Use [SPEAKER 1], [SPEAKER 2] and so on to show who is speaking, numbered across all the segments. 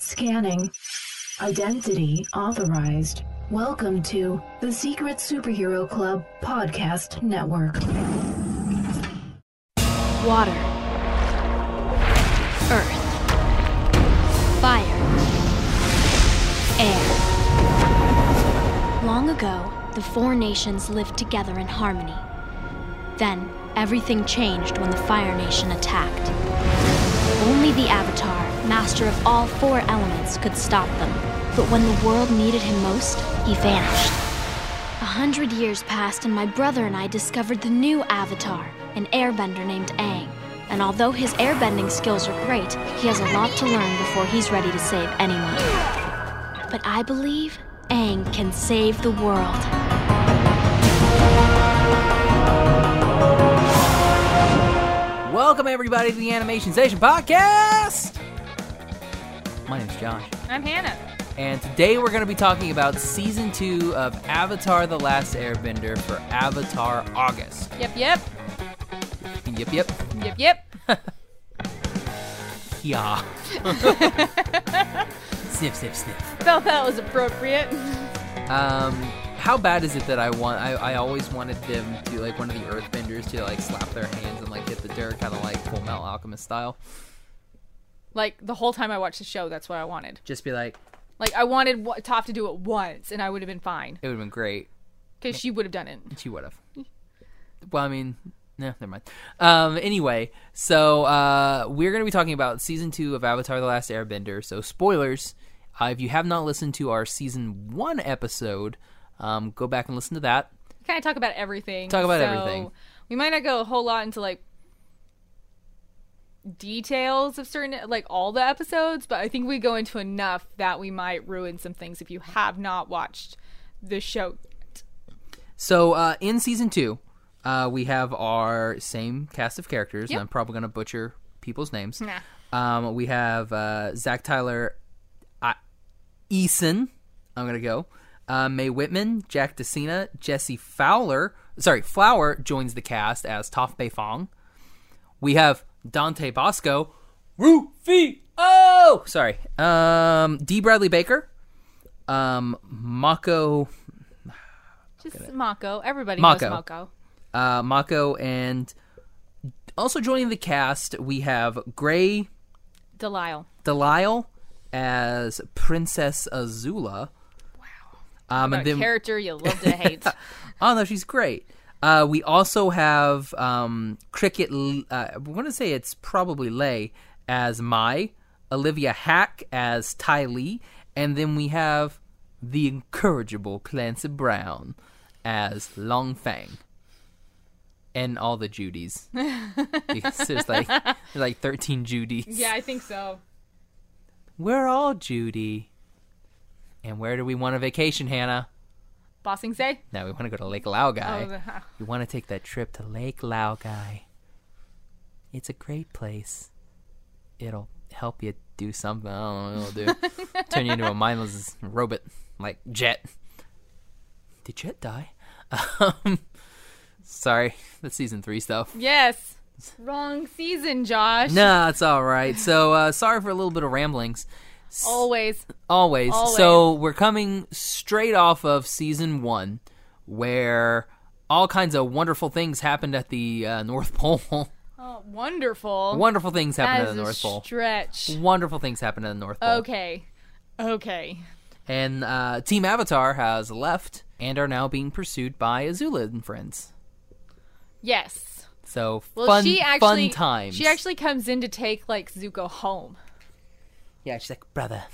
[SPEAKER 1] Scanning. Identity authorized. Welcome to the Secret Superhero Club Podcast Network.
[SPEAKER 2] Water. Earth. Fire. Air. Long ago, the four nations lived together in harmony. Then, everything changed when the Fire Nation attacked. Only the Avatar, master of all four elements, could stop them. But when the world needed him most, he vanished. A hundred years passed, and my brother and I discovered the new Avatar, an airbender named Aang. And although his airbending skills are great, he has a lot to learn before he's ready to save anyone. But I believe Aang can save the world.
[SPEAKER 3] Welcome everybody to the Animation Station Podcast. My name's Josh,
[SPEAKER 4] I'm Hannah.
[SPEAKER 3] and today we're going to be talking about season two of Avatar: The Last Airbender for Avatar August.
[SPEAKER 4] Yep, yep,
[SPEAKER 3] Yep, yep,
[SPEAKER 4] yep, yep.
[SPEAKER 3] yeah. sniff, sniff, sniff.
[SPEAKER 4] Felt that was appropriate.
[SPEAKER 3] Um, how bad is it that I want? I, I always wanted them to like one of the Earthbenders to like slap their hands and like hit the dirt, kind of like Full Metal Alchemist style.
[SPEAKER 4] Like the whole time I watched the show, that's what I wanted.
[SPEAKER 3] Just be like,
[SPEAKER 4] Like I wanted Wa- Toph to do it once, and I would have been fine
[SPEAKER 3] it would have been great.
[SPEAKER 4] because she would have done it.
[SPEAKER 3] She would have. Well, I mean, no, never mind. Um, anyway, so uh, we're going to be talking about season two of Avatar: The Last Airbender. So, spoilers. Uh, if you have not listened to our season one episode, um, go back and listen to that.
[SPEAKER 4] Kind of talk about everything.
[SPEAKER 3] Talk about
[SPEAKER 4] so
[SPEAKER 3] everything.
[SPEAKER 4] We might not go a whole lot into like details of certain like all the episodes, but I think we go into enough that we might ruin some things if you have not watched the show.
[SPEAKER 3] So, uh, in season two, uh, we have our same cast of characters, and I'm probably going to butcher people's names.
[SPEAKER 4] Nah.
[SPEAKER 3] Um, we have uh, Zach Tyler I- Eason. I'm gonna go. Uh, Mae Whitman, Jack DeCina, Jesse Fowler. Sorry, Flower joins the cast as Toph Beifong. We have Dante Bosco, Rufy. Oh, sorry. Um, D. Bradley Baker, um, Mako,
[SPEAKER 4] Just Mako. Everybody
[SPEAKER 3] Mako.
[SPEAKER 4] knows Mako.
[SPEAKER 3] uh, Mako, and also joining the cast we have Gray
[SPEAKER 4] Delisle.
[SPEAKER 3] Delisle as Princess Azula. Wow. Um,
[SPEAKER 4] A
[SPEAKER 3] and then
[SPEAKER 4] character you love to hate.
[SPEAKER 3] oh no, she's great. Uh, we also have um, Cricket. L- Uh, I want to say it's probably Lay as Mai, Olivia Hack as Ty Lee, and then we have the incorrigible Clancy Brown as Long Fang, and all the Judys because there's like there's like thirteen Judys.
[SPEAKER 4] Yeah, I think so.
[SPEAKER 3] We're all Judy. And where do we want a vacation, Hannah?
[SPEAKER 4] Bossing say?
[SPEAKER 3] No, we want to go to Lake Laogai.
[SPEAKER 4] Oh, the-
[SPEAKER 3] You want to take that trip to Lake Laogai. It's a great place. It'll help you do something. I don't know what it'll do. Turn you into a mindless robot like Jet. Did Jet die? Um, sorry, that's season three stuff.
[SPEAKER 4] Yes. Wrong season, Josh.
[SPEAKER 3] Nah, it's all right. So uh, sorry for a little bit of ramblings.
[SPEAKER 4] Always.
[SPEAKER 3] Always.
[SPEAKER 4] Always.
[SPEAKER 3] So we're coming straight off of season one, where all kinds of wonderful things happened at the uh, North Pole.
[SPEAKER 4] Oh, wonderful.
[SPEAKER 3] wonderful things
[SPEAKER 4] That
[SPEAKER 3] happened at
[SPEAKER 4] is
[SPEAKER 3] the
[SPEAKER 4] a
[SPEAKER 3] North Pole.
[SPEAKER 4] stretch.
[SPEAKER 3] Wonderful things happened at the North Pole.
[SPEAKER 4] Okay. Okay.
[SPEAKER 3] And uh, Team Avatar has left and are now being pursued by Azula and friends.
[SPEAKER 4] Yes.
[SPEAKER 3] So
[SPEAKER 4] Well,
[SPEAKER 3] fun,
[SPEAKER 4] she actually
[SPEAKER 3] fun times.
[SPEAKER 4] she actually comes in to take like Zuko home,
[SPEAKER 3] yeah, she's like, brother,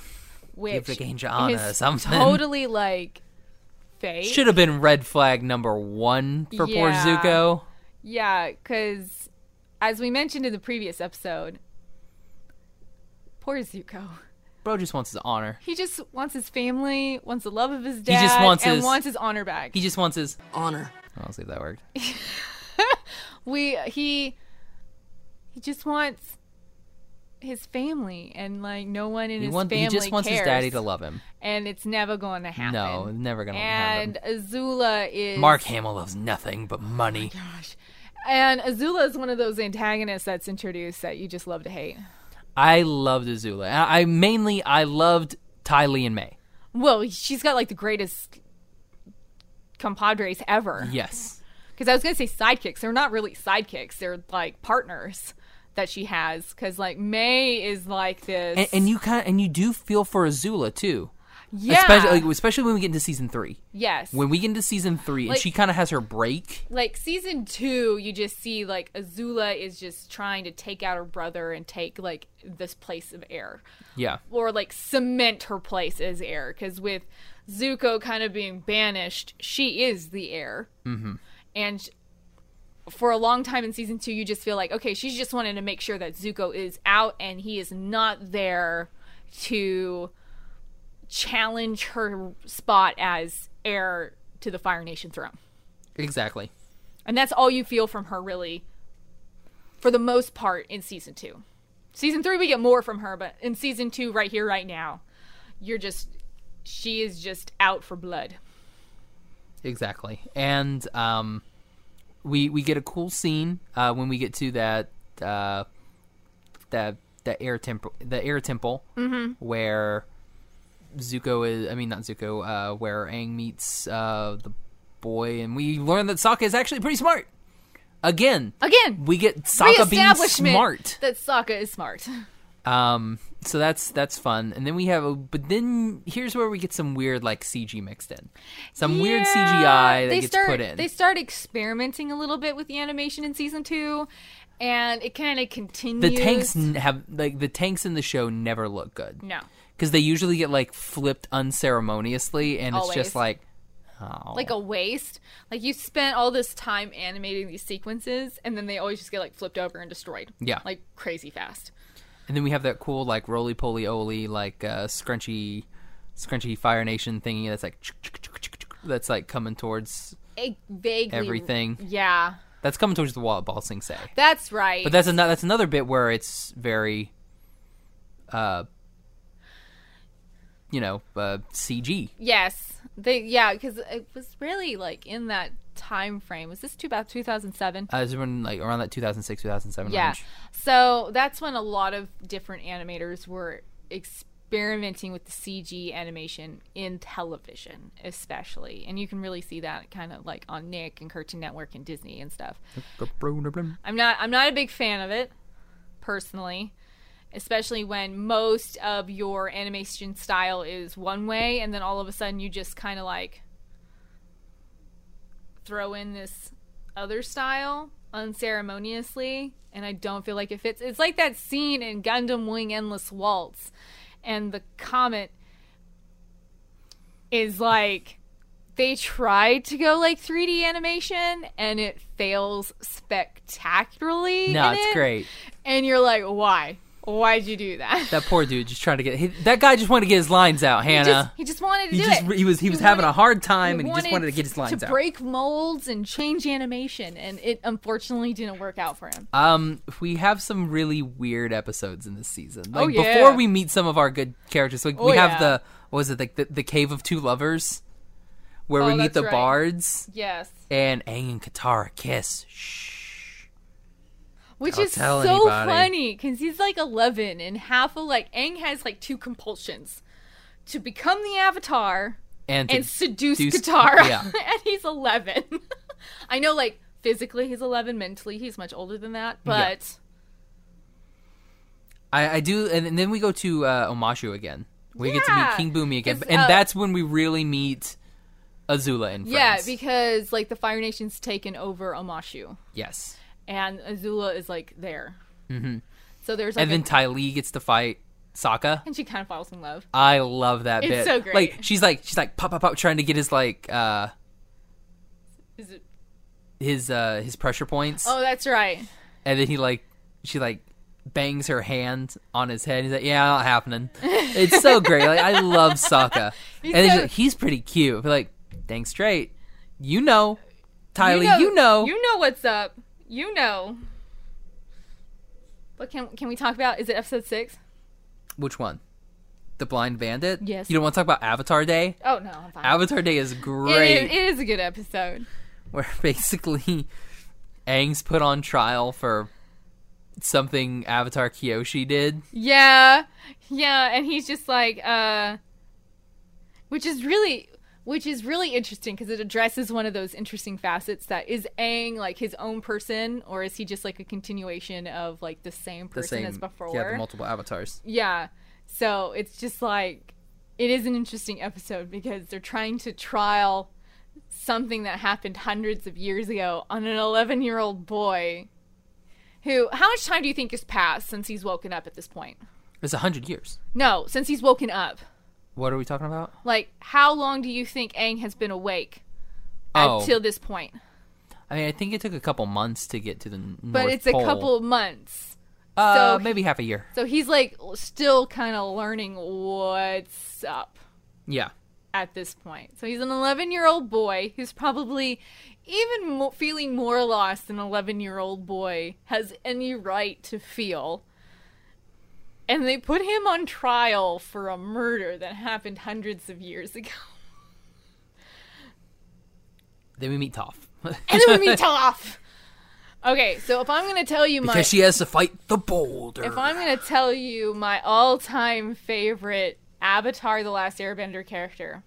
[SPEAKER 4] which
[SPEAKER 3] regained your honor
[SPEAKER 4] is
[SPEAKER 3] or something.
[SPEAKER 4] Totally like fake.
[SPEAKER 3] should have been red flag number one for poor
[SPEAKER 4] Yeah.
[SPEAKER 3] Zuko.
[SPEAKER 4] Yeah, because as we mentioned in the previous episode, poor Zuko.
[SPEAKER 3] Bro just wants his honor.
[SPEAKER 4] He just wants his family, wants the love of his dad,
[SPEAKER 3] just wants
[SPEAKER 4] and
[SPEAKER 3] his-
[SPEAKER 4] wants his honor back.
[SPEAKER 3] He just wants his honor. I'll see if that worked.
[SPEAKER 4] we he he just wants his family and like no one in
[SPEAKER 3] He,
[SPEAKER 4] his
[SPEAKER 3] want-
[SPEAKER 4] family
[SPEAKER 3] he just wants
[SPEAKER 4] cares,
[SPEAKER 3] his daddy to love him.
[SPEAKER 4] and it's never going to happen.
[SPEAKER 3] No, never gonna
[SPEAKER 4] and
[SPEAKER 3] happen.
[SPEAKER 4] Azula is Oh
[SPEAKER 3] Mark Hamill loves nothing but money.
[SPEAKER 4] Gosh. And Azula is one of those antagonists that's introduced that you just love to hate.
[SPEAKER 3] I loved Azula. I, I mainly I loved Ty Lee and May.
[SPEAKER 4] Well, she's got like the greatest compadres ever.
[SPEAKER 3] Yes.
[SPEAKER 4] Because I was gonna say sidekicks. They're not really sidekicks. They're like partners that she has. Because like May is like this.
[SPEAKER 3] And, and you kind of, and you do feel for Azula too.
[SPEAKER 4] yeah,
[SPEAKER 3] Especially, like, especially when we get into season three.
[SPEAKER 4] yes.
[SPEAKER 3] When we get into season three,
[SPEAKER 4] Like-
[SPEAKER 3] and she kind of has her break.
[SPEAKER 4] like season two, you just see like Azula is just trying to take out her brother and take like this place of air.
[SPEAKER 3] Yeah.
[SPEAKER 4] or like cement her place as heir because with zuko kind of being banished she is the heir mm-hmm. and sh- for a long time in season two you just feel like okay she's just wanting to make sure that zuko is out and he is not there to challenge her spot as heir to the fire nation throne
[SPEAKER 3] Exactly.
[SPEAKER 4] and that's all you feel from her really for the most part in season two season three we get more from her but in season two right here right now you're just she is just out for blood
[SPEAKER 3] Exactly. And um, we we get a cool scene uh, when we get to that uh, that that air temple the air temple
[SPEAKER 4] Mm-hmm.
[SPEAKER 3] where Zuko is I mean not Zuko uh, where Aang meets uh, the boy and we learn that Sokka is actually pretty smart. Again,
[SPEAKER 4] again
[SPEAKER 3] we get Sokka being
[SPEAKER 4] reestablishment
[SPEAKER 3] smart.
[SPEAKER 4] that Sokka is smart
[SPEAKER 3] Um, so that's that's fun. And then we have, a, but then here's where we get some weird like CG mixed in, some weird
[SPEAKER 4] Yeah,
[SPEAKER 3] CGI that
[SPEAKER 4] they
[SPEAKER 3] gets
[SPEAKER 4] start,
[SPEAKER 3] put in.
[SPEAKER 4] They start experimenting a little bit with the animation in season two, and it kind of continues.
[SPEAKER 3] the tanks n- have like the tanks in the show never look good
[SPEAKER 4] no,
[SPEAKER 3] because they usually get like flipped unceremoniously, and it's
[SPEAKER 4] Always.
[SPEAKER 3] just like, oh,
[SPEAKER 4] like a waste. Like you spent all this time animating these sequences, and then they always just get like flipped over and destroyed.
[SPEAKER 3] Yeah.
[SPEAKER 4] like crazy fast.
[SPEAKER 3] and then we have that cool like roly poly oly like uh, scrunchy, scrunchy Fire Nation thingy that's like that's like coming towards
[SPEAKER 4] It vaguely
[SPEAKER 3] Everything.
[SPEAKER 4] Yeah,
[SPEAKER 3] that's coming towards the wall at Ball Sing Se.
[SPEAKER 4] that's right.
[SPEAKER 3] But that's another that's another bit where it's very, uh, you know, uh, CG.
[SPEAKER 4] yes, they yeah because it was really like in that time frame. Was this too about two thousand seven?
[SPEAKER 3] Uh, it's been like around that 2006 2007
[SPEAKER 4] Yeah.
[SPEAKER 3] range.
[SPEAKER 4] So that's when a lot of different animators were experimenting with the CG animation in television, especially. And you can really see that kind of like on Nick and Cartoon Network and Disney and stuff. I'm not I'm not a big fan of it personally, especially when most of your animation style is one way and then all of a sudden you just kind of like throw in this other style unceremoniously and I don't feel like it fits. It's like that scene in Gundam Wing Endless Waltz and the comet is like they tried to go like 3D animation and it fails spectacularly.
[SPEAKER 3] No,
[SPEAKER 4] in
[SPEAKER 3] it's
[SPEAKER 4] it.
[SPEAKER 3] great.
[SPEAKER 4] And you're like, why? Why'd you do that?
[SPEAKER 3] That poor dude just trying to get he, that guy just wanted to get his lines out,
[SPEAKER 4] he, just,
[SPEAKER 3] Hannah.
[SPEAKER 4] he just wanted to
[SPEAKER 3] He
[SPEAKER 4] do
[SPEAKER 3] just,
[SPEAKER 4] it.
[SPEAKER 3] he was he was having
[SPEAKER 4] wanted-
[SPEAKER 3] a hard time and he just wanted to get his lines
[SPEAKER 4] to
[SPEAKER 3] out.
[SPEAKER 4] break molds and change animation, and it unfortunately didn't work out for him.
[SPEAKER 3] Um, we have some really weird episodes in this season. Like
[SPEAKER 4] Oh, yeah.
[SPEAKER 3] before we meet some of our good characters, like
[SPEAKER 4] Oh,
[SPEAKER 3] we have
[SPEAKER 4] yeah.
[SPEAKER 3] the what was it like the, the cave of two lovers, where we
[SPEAKER 4] Oh,
[SPEAKER 3] meet
[SPEAKER 4] that's
[SPEAKER 3] the
[SPEAKER 4] right.
[SPEAKER 3] bards
[SPEAKER 4] Yes,
[SPEAKER 3] and Aang and Katara kiss. Shh.
[SPEAKER 4] which
[SPEAKER 3] Don't
[SPEAKER 4] is so
[SPEAKER 3] tell anybody.
[SPEAKER 4] funny because he's like 11, and half of like Aang has like two compulsions: to become the Avatar
[SPEAKER 3] And, to-
[SPEAKER 4] and seduce
[SPEAKER 3] seduce-
[SPEAKER 4] Katara.
[SPEAKER 3] yeah.
[SPEAKER 4] and he's 11. I know, like physically he's 11, mentally he's much older than that, but.
[SPEAKER 3] I, I do, and, and then we go to uh, Omashu again. We get to
[SPEAKER 4] Yeah.
[SPEAKER 3] meet King Boomy again,
[SPEAKER 4] It's,
[SPEAKER 3] and
[SPEAKER 4] uh,
[SPEAKER 3] that's when we really meet Azula and friends.
[SPEAKER 4] Yeah, because like the Fire Nation's taken over Amashu,
[SPEAKER 3] yes,
[SPEAKER 4] and Azula is like there. Mm-hmm. So there's like
[SPEAKER 3] and then
[SPEAKER 4] a-
[SPEAKER 3] Ty Lee gets to fight Sokka.
[SPEAKER 4] and she kind of falls in love.
[SPEAKER 3] I love that
[SPEAKER 4] It's
[SPEAKER 3] bit.
[SPEAKER 4] so great.
[SPEAKER 3] Like she's like she's like pop pop pop trying to get his like uh
[SPEAKER 4] Is it?
[SPEAKER 3] his uh his pressure points,
[SPEAKER 4] Oh, that's right.
[SPEAKER 3] and then he like she like bangs her hand on his head. He's like, yeah, not happening. It's so great. Like I love Sokka, and then
[SPEAKER 4] so-
[SPEAKER 3] she's like, he's pretty cute. But like, dang straight, you know, Ty Lee,
[SPEAKER 4] you know what's up. You know. But can can we talk about? Is it episode six?
[SPEAKER 3] Which one? The Blind Bandit?
[SPEAKER 4] Yes.
[SPEAKER 3] You don't want to talk about Avatar Day?
[SPEAKER 4] Oh no, I'm fine.
[SPEAKER 3] Avatar Day is
[SPEAKER 4] It
[SPEAKER 3] great.
[SPEAKER 4] is, it is a good episode.
[SPEAKER 3] Where basically Aang's put on trial for something Avatar Kyoshi did.
[SPEAKER 4] Yeah. Yeah, and he's just like uh which is really which is really interesting because it addresses one of those interesting facets that is Aang like his own person or is he just like a continuation of like the same
[SPEAKER 3] The
[SPEAKER 4] person
[SPEAKER 3] same,
[SPEAKER 4] as before?
[SPEAKER 3] yeah, the multiple avatars.
[SPEAKER 4] Yeah. So it's just like it is an interesting episode because they're trying to trial something that happened hundreds of years ago on an 11-year-old boy who how much time do you think has passed since he's woken up at this point?
[SPEAKER 3] It's a hundred years.
[SPEAKER 4] No, since he's woken up.
[SPEAKER 3] What are we talking about?
[SPEAKER 4] Like how long do you think Aang has been awake
[SPEAKER 3] Oh,
[SPEAKER 4] until this point?
[SPEAKER 3] I mean, I think it took a couple months to get to the n- North
[SPEAKER 4] But it's a
[SPEAKER 3] Pole.
[SPEAKER 4] couple months.
[SPEAKER 3] uh,
[SPEAKER 4] so-
[SPEAKER 3] maybe half a year.
[SPEAKER 4] So he's like still kind of learning what's up.
[SPEAKER 3] Yeah,
[SPEAKER 4] at this point. So he's an 11 year old boy who's probably even mo- feeling more lost than an 11 year old boy has any right to feel. And they put him on trial for a murder that happened hundreds of years ago.
[SPEAKER 3] then we meet Toph
[SPEAKER 4] And then we meet Toph. Okay, so if I'm gonna tell you my
[SPEAKER 3] because she has to fight the boulder.
[SPEAKER 4] if I'm gonna tell you my all-time favorite Avatar: The Last Airbender character,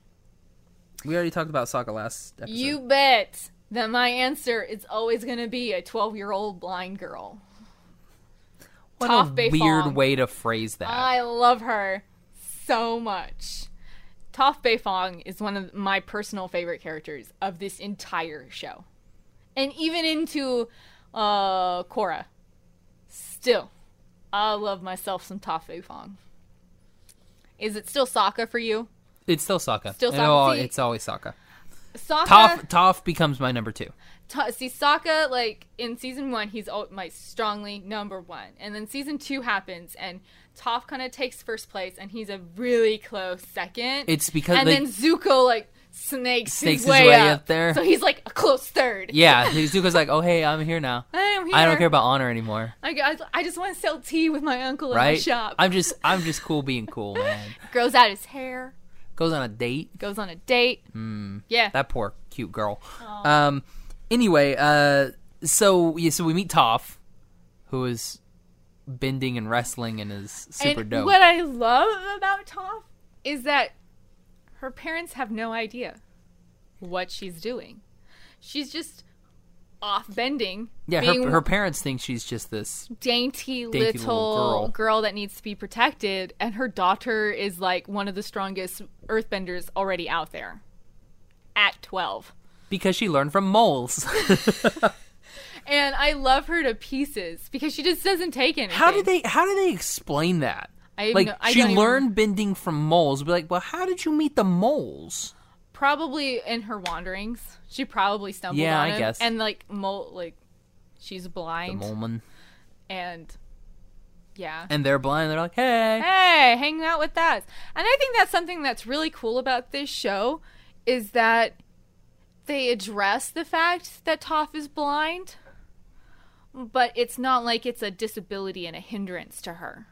[SPEAKER 3] we already talked about Sokka last episode.
[SPEAKER 4] You bet that my answer is always going to be a 12 year old blind girl.
[SPEAKER 3] what a
[SPEAKER 4] Toph
[SPEAKER 3] weird
[SPEAKER 4] Beifong.
[SPEAKER 3] way to phrase that.
[SPEAKER 4] I love her so much. Toph Beifong is one of my personal favorite characters of this entire show. And even into uh, Korra. Still, I love myself some Toph Beifong. Is it still Sokka for you?
[SPEAKER 3] it's still Sokka.
[SPEAKER 4] Still
[SPEAKER 3] It
[SPEAKER 4] Sokka.
[SPEAKER 3] all-
[SPEAKER 4] See- uh,
[SPEAKER 3] it's always Sokka.
[SPEAKER 4] Sokka.
[SPEAKER 3] Toph, Toph becomes my number two.
[SPEAKER 4] Ta- see Sokka like in season one he's al- my strongly number one and then season two happens and Toph kind of takes first place and he's a really close second
[SPEAKER 3] It's because,
[SPEAKER 4] and
[SPEAKER 3] like-
[SPEAKER 4] then Zuko like snakes,
[SPEAKER 3] Snakes
[SPEAKER 4] his, way up.
[SPEAKER 3] there.
[SPEAKER 4] so he's like a close third
[SPEAKER 3] Yeah, Zuko's like, oh hey, I'm here now.
[SPEAKER 4] I am
[SPEAKER 3] I don't
[SPEAKER 4] here.
[SPEAKER 3] care about honor anymore,
[SPEAKER 4] I, I, I just want to sell tea with my uncle in
[SPEAKER 3] right?
[SPEAKER 4] the shop
[SPEAKER 3] I'm just, I'm just cool being cool, man.
[SPEAKER 4] grows out his hair
[SPEAKER 3] Goes on a date.
[SPEAKER 4] goes on a date
[SPEAKER 3] Hmm.
[SPEAKER 4] yeah
[SPEAKER 3] That poor cute girl. Um. Anyway, uh, so yeah, so we meet Toph, who is bending and wrestling and is super
[SPEAKER 4] and
[SPEAKER 3] dope.
[SPEAKER 4] what I love about Toph is that her parents have no idea what she's doing. She's just off bending,
[SPEAKER 3] yeah,
[SPEAKER 4] being
[SPEAKER 3] her, her parents think she's just this.
[SPEAKER 4] dainty,
[SPEAKER 3] dainty little
[SPEAKER 4] little
[SPEAKER 3] girl.
[SPEAKER 4] girl. that needs to be protected, and her daughter is like one of the strongest earthbenders already out there at 12.
[SPEAKER 3] because she learned from moles.
[SPEAKER 4] And I love her to pieces because she just doesn't take anything.
[SPEAKER 3] how did they? How do they explain that?
[SPEAKER 4] I have
[SPEAKER 3] like
[SPEAKER 4] no- I
[SPEAKER 3] she
[SPEAKER 4] don't even-
[SPEAKER 3] learned bending from moles. Be like, well, how did you meet the moles?
[SPEAKER 4] probably in her wanderings. She probably stumbled
[SPEAKER 3] Yeah,
[SPEAKER 4] on
[SPEAKER 3] I
[SPEAKER 4] him.
[SPEAKER 3] guess.
[SPEAKER 4] And like mole like she's
[SPEAKER 3] The
[SPEAKER 4] blind
[SPEAKER 3] moleman,
[SPEAKER 4] and yeah.
[SPEAKER 3] and they're blind. They're like, hey,
[SPEAKER 4] hey, hang out with us. And I think that's something that's really cool about this show is that they address the fact that Toph is blind, but it's not like it's a disability and a hindrance to her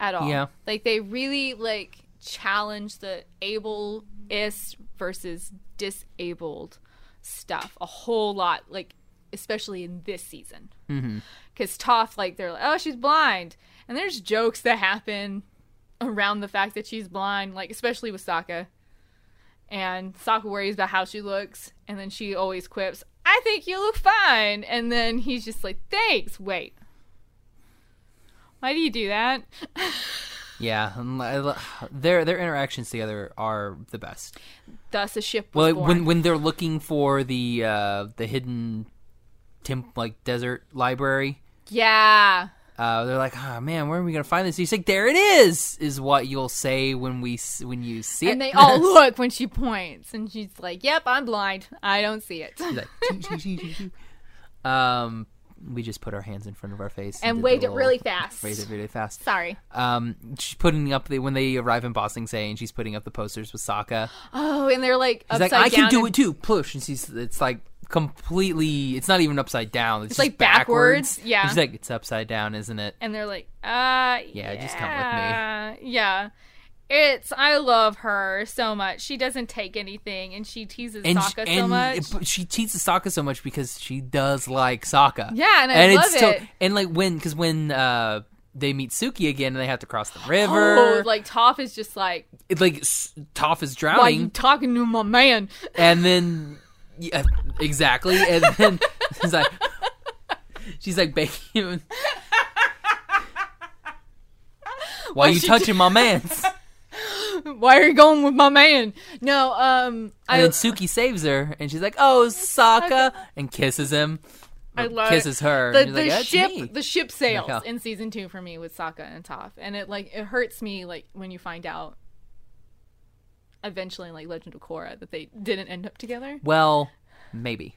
[SPEAKER 4] at all.
[SPEAKER 3] Yeah.
[SPEAKER 4] Like they really like challenge the ableist versus disabled stuff a whole lot, like especially in this season because Toph, like, they're like, oh, she's blind. And there's jokes that happen around the fact that she's blind, like, especially with Sokka. And Sokka worries about how she looks, and then she always quips, I think you look fine. And then he's just like, thanks, wait. Why do you do that?
[SPEAKER 3] Yeah, and I lo- their their interactions together are the best.
[SPEAKER 4] Thus, a ship was
[SPEAKER 3] Well,
[SPEAKER 4] born.
[SPEAKER 3] when when they're looking for the uh, the hidden temp like desert library,
[SPEAKER 4] yeah.
[SPEAKER 3] uh, they're like, "Ah, man, where are we gonna find this?" He's like, "There it is," is what you'll say when we s- when you see it.
[SPEAKER 4] And they all look when she points, and she's like, yep, I'm blind. I don't see it.
[SPEAKER 3] He's like, "Choo, choo, choo, choo, choo." um, we just put our hands in front of our face
[SPEAKER 4] And
[SPEAKER 3] did the
[SPEAKER 4] waved it
[SPEAKER 3] little-
[SPEAKER 4] really fast.
[SPEAKER 3] Waved it really fast.
[SPEAKER 4] Sorry.
[SPEAKER 3] Um, she's putting up the when they arrive in Bossing Say, and she's putting up the posters with Sokka.
[SPEAKER 4] Oh, and they're like
[SPEAKER 3] He's
[SPEAKER 4] upside
[SPEAKER 3] like, I can
[SPEAKER 4] down.
[SPEAKER 3] do
[SPEAKER 4] and-
[SPEAKER 3] it too. Push, and she's it's like completely. It's not even upside down. It's, just
[SPEAKER 4] like, backwards. Yeah.
[SPEAKER 3] And she's like, it's upside down, isn't it?
[SPEAKER 4] and they're like, uh, yeah,
[SPEAKER 3] just come with me.
[SPEAKER 4] Yeah. It's I love her so much. She doesn't take anything, and she teases
[SPEAKER 3] and sh-
[SPEAKER 4] Sokka
[SPEAKER 3] and
[SPEAKER 4] so much.
[SPEAKER 3] it- but she teases Sokka so much because she does like Sokka.
[SPEAKER 4] Yeah, and I love
[SPEAKER 3] so-
[SPEAKER 4] it.
[SPEAKER 3] and like when because when uh they meet Suki again and they have to cross the
[SPEAKER 4] oh,
[SPEAKER 3] river,
[SPEAKER 4] like Toph is just like,
[SPEAKER 3] it, like s- Toph is
[SPEAKER 4] why you
[SPEAKER 3] drowning,
[SPEAKER 4] talking to my man?
[SPEAKER 3] and then yeah, exactly, and then she's like, she's like begging him. Why you
[SPEAKER 4] she
[SPEAKER 3] touching my man's?
[SPEAKER 4] Why are you going with my man? No, um,
[SPEAKER 3] And
[SPEAKER 4] I,
[SPEAKER 3] then Suki saves her, and she's like, "Oh, Sokka," and kisses him.
[SPEAKER 4] I love
[SPEAKER 3] kisses her.
[SPEAKER 4] The,
[SPEAKER 3] and he's
[SPEAKER 4] the
[SPEAKER 3] like, "That's
[SPEAKER 4] ship,
[SPEAKER 3] me."
[SPEAKER 4] the ship sails
[SPEAKER 3] Yeah.
[SPEAKER 4] in season two for me with Sokka and Toph, and it like it hurts me like when you find out eventually, like Legend of Korra, that they didn't end up together.
[SPEAKER 3] Well, maybe.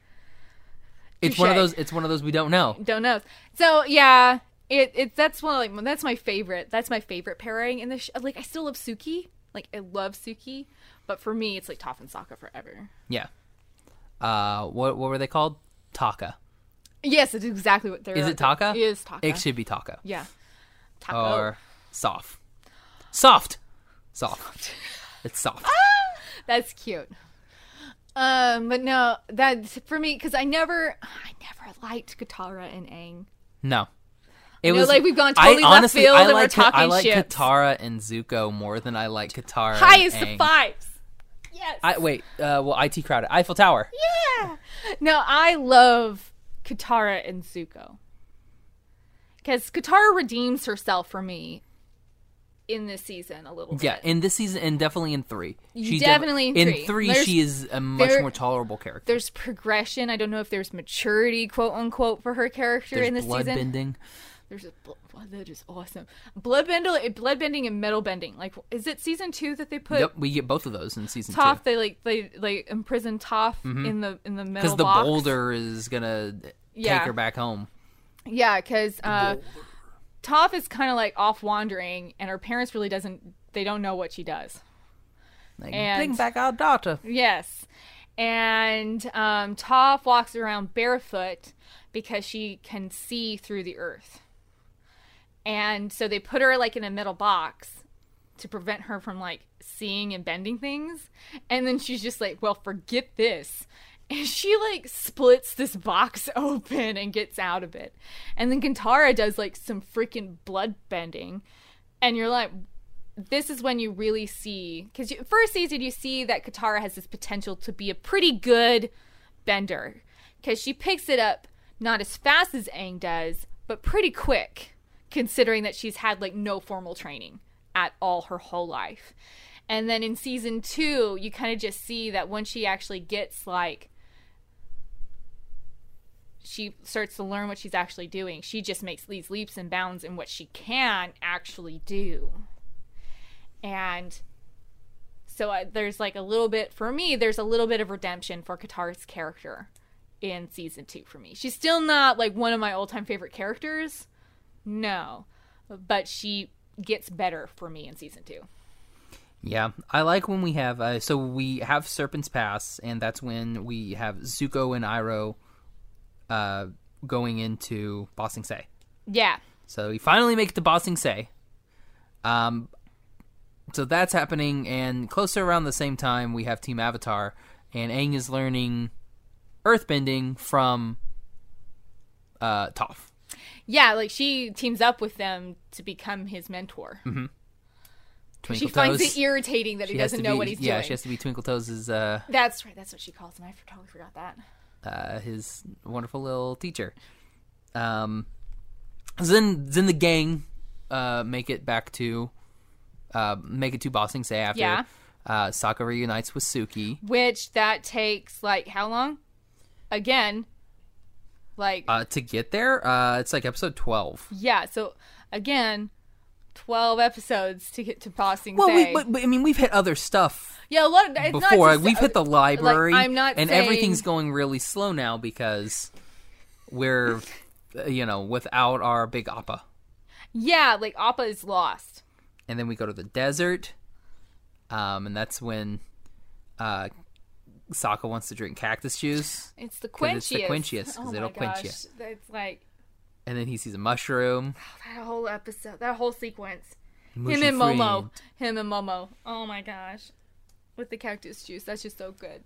[SPEAKER 3] It's one of
[SPEAKER 4] Touche.
[SPEAKER 3] those. It's one of those we don't know.
[SPEAKER 4] Don't know. So yeah, it it that's one of, like that's my favorite. That's my favorite pairing in the sh- like I still love Suki. Like I love Suki, but for me it's like Toph and Sokka forever.
[SPEAKER 3] Yeah. Uh, what what were they called? Taka.
[SPEAKER 4] Yes, it's exactly what they're.
[SPEAKER 3] Is it Taka?
[SPEAKER 4] Uh, It is Taka.
[SPEAKER 3] It should be Taka
[SPEAKER 4] yeah. Taco.
[SPEAKER 3] or soft. Soft. Soft. It's soft.
[SPEAKER 4] That's cute. Um, but no, that's for me because I never, I never liked Katara and Aang.
[SPEAKER 3] No. It
[SPEAKER 4] know, like, we've gone totally left field and we're
[SPEAKER 3] like Ka- I
[SPEAKER 4] talking
[SPEAKER 3] like
[SPEAKER 4] ships.
[SPEAKER 3] Katara and Zuko more than I like Katara.
[SPEAKER 4] Highest
[SPEAKER 3] and
[SPEAKER 4] of
[SPEAKER 3] Uh, Aang.
[SPEAKER 4] fives. Yes.
[SPEAKER 3] I wait. Uh, well, it crowded. Eiffel Tower.
[SPEAKER 4] yeah. No, I love Katara and Zuko because Katara redeems herself for me in this season a little
[SPEAKER 3] Yeah,
[SPEAKER 4] bit.
[SPEAKER 3] in this season, and definitely in three. She
[SPEAKER 4] Definitely in
[SPEAKER 3] in
[SPEAKER 4] three.
[SPEAKER 3] three.
[SPEAKER 4] There's-
[SPEAKER 3] she is a much
[SPEAKER 4] there-
[SPEAKER 3] more tolerable character.
[SPEAKER 4] There's progression. I don't know if there's maturity, quote unquote, for her character
[SPEAKER 3] There's
[SPEAKER 4] in this
[SPEAKER 3] blood
[SPEAKER 4] season.
[SPEAKER 3] bending.
[SPEAKER 4] There's a bl- wow, that is awesome. Blood bending, blood bending, and metal bending. Like, is it season two that they put
[SPEAKER 3] yep, we get both of those in season
[SPEAKER 4] Toph?
[SPEAKER 3] two
[SPEAKER 4] They like they like imprison Toph in the in the metal
[SPEAKER 3] because the
[SPEAKER 4] box.
[SPEAKER 3] boulder is gonna
[SPEAKER 4] Yeah.
[SPEAKER 3] take her back home.
[SPEAKER 4] Yeah, because uh, Toph is kind of like off wandering, and her parents really doesn't. They don't know what she does.
[SPEAKER 3] Like,
[SPEAKER 4] And-
[SPEAKER 3] bring back our daughter.
[SPEAKER 4] Yes. And um, Toph walks around barefoot because she can see through the earth. And so they put her like in a metal box to prevent her from like seeing and bending things. And then she's just like, well, forget this. And she like splits this box open and gets out of it. And then Kantara does like some freaking blood bending. And you're like, this is when you really see because first season you see that Katara has this potential to be a pretty good bender because she picks it up not as fast as Aang does, but pretty quick considering that she's had like no formal training at all her whole life. And then in season two, you kind of just see that when she actually gets like she starts to learn what she's actually doing, she just makes these leaps and bounds in what she can actually do and so I, there's like a little bit for me there's a little bit of redemption for katara's character in season two for me she's still not like one of my all-time favorite characters no but she gets better for me in season two
[SPEAKER 3] Yeah, I like when we have. Uh, so we have Serpent's Pass, and that's when we have Zuko and Iroh uh, going into Bossing Say.
[SPEAKER 4] yeah
[SPEAKER 3] So we finally make it to Bossing Say. Um, so that's happening, and closer around the same time, we have Team Avatar, and Aang is learning earthbending from uh, Toph.
[SPEAKER 4] yeah like she teams up with them to become his mentor she
[SPEAKER 3] Mm-hmm. Twinkle
[SPEAKER 4] finds
[SPEAKER 3] Toes.
[SPEAKER 4] it irritating that he
[SPEAKER 3] She has
[SPEAKER 4] doesn't
[SPEAKER 3] to
[SPEAKER 4] know
[SPEAKER 3] be-
[SPEAKER 4] what he's
[SPEAKER 3] yeah,
[SPEAKER 4] doing
[SPEAKER 3] she has to be Twinkle Toes' uh,
[SPEAKER 4] that's right that's what she calls him i totally forgot that
[SPEAKER 3] uh, his wonderful little teacher. Um, so then, then the gang uh, make it back to uh, make it to Bossing Say after
[SPEAKER 4] Yeah.
[SPEAKER 3] uh, Sokka reunites with Suki.
[SPEAKER 4] which that takes like how long again like
[SPEAKER 3] Uh, to get there, uh, it's like episode twelve.
[SPEAKER 4] Yeah. So again, twelve episodes to get to Bossing
[SPEAKER 3] Well,
[SPEAKER 4] Say.
[SPEAKER 3] we, but, but, I mean, we've hit other stuff
[SPEAKER 4] yeah, a lot. Of, it's not
[SPEAKER 3] before.
[SPEAKER 4] just-
[SPEAKER 3] we've hit the library,
[SPEAKER 4] Like, I'm not
[SPEAKER 3] and
[SPEAKER 4] saying-
[SPEAKER 3] everything's going really slow now because we're, uh, you know, without our big appa.
[SPEAKER 4] Yeah, like Appa is lost.
[SPEAKER 3] and then we go to the desert. Um, and that's when uh, Sokka wants to drink cactus juice,
[SPEAKER 4] It's the
[SPEAKER 3] 'Cause
[SPEAKER 4] quenchiest.
[SPEAKER 3] it's the quenchiest, 'cause
[SPEAKER 4] oh
[SPEAKER 3] it'll
[SPEAKER 4] my
[SPEAKER 3] quench
[SPEAKER 4] gosh. It's like
[SPEAKER 3] and then he sees a mushroom.
[SPEAKER 4] that whole episode, that whole sequence. Him
[SPEAKER 3] Mushy
[SPEAKER 4] and Momo.
[SPEAKER 3] friend.
[SPEAKER 4] Him and Momo. Oh my gosh. With the cactus juice. That's just so good.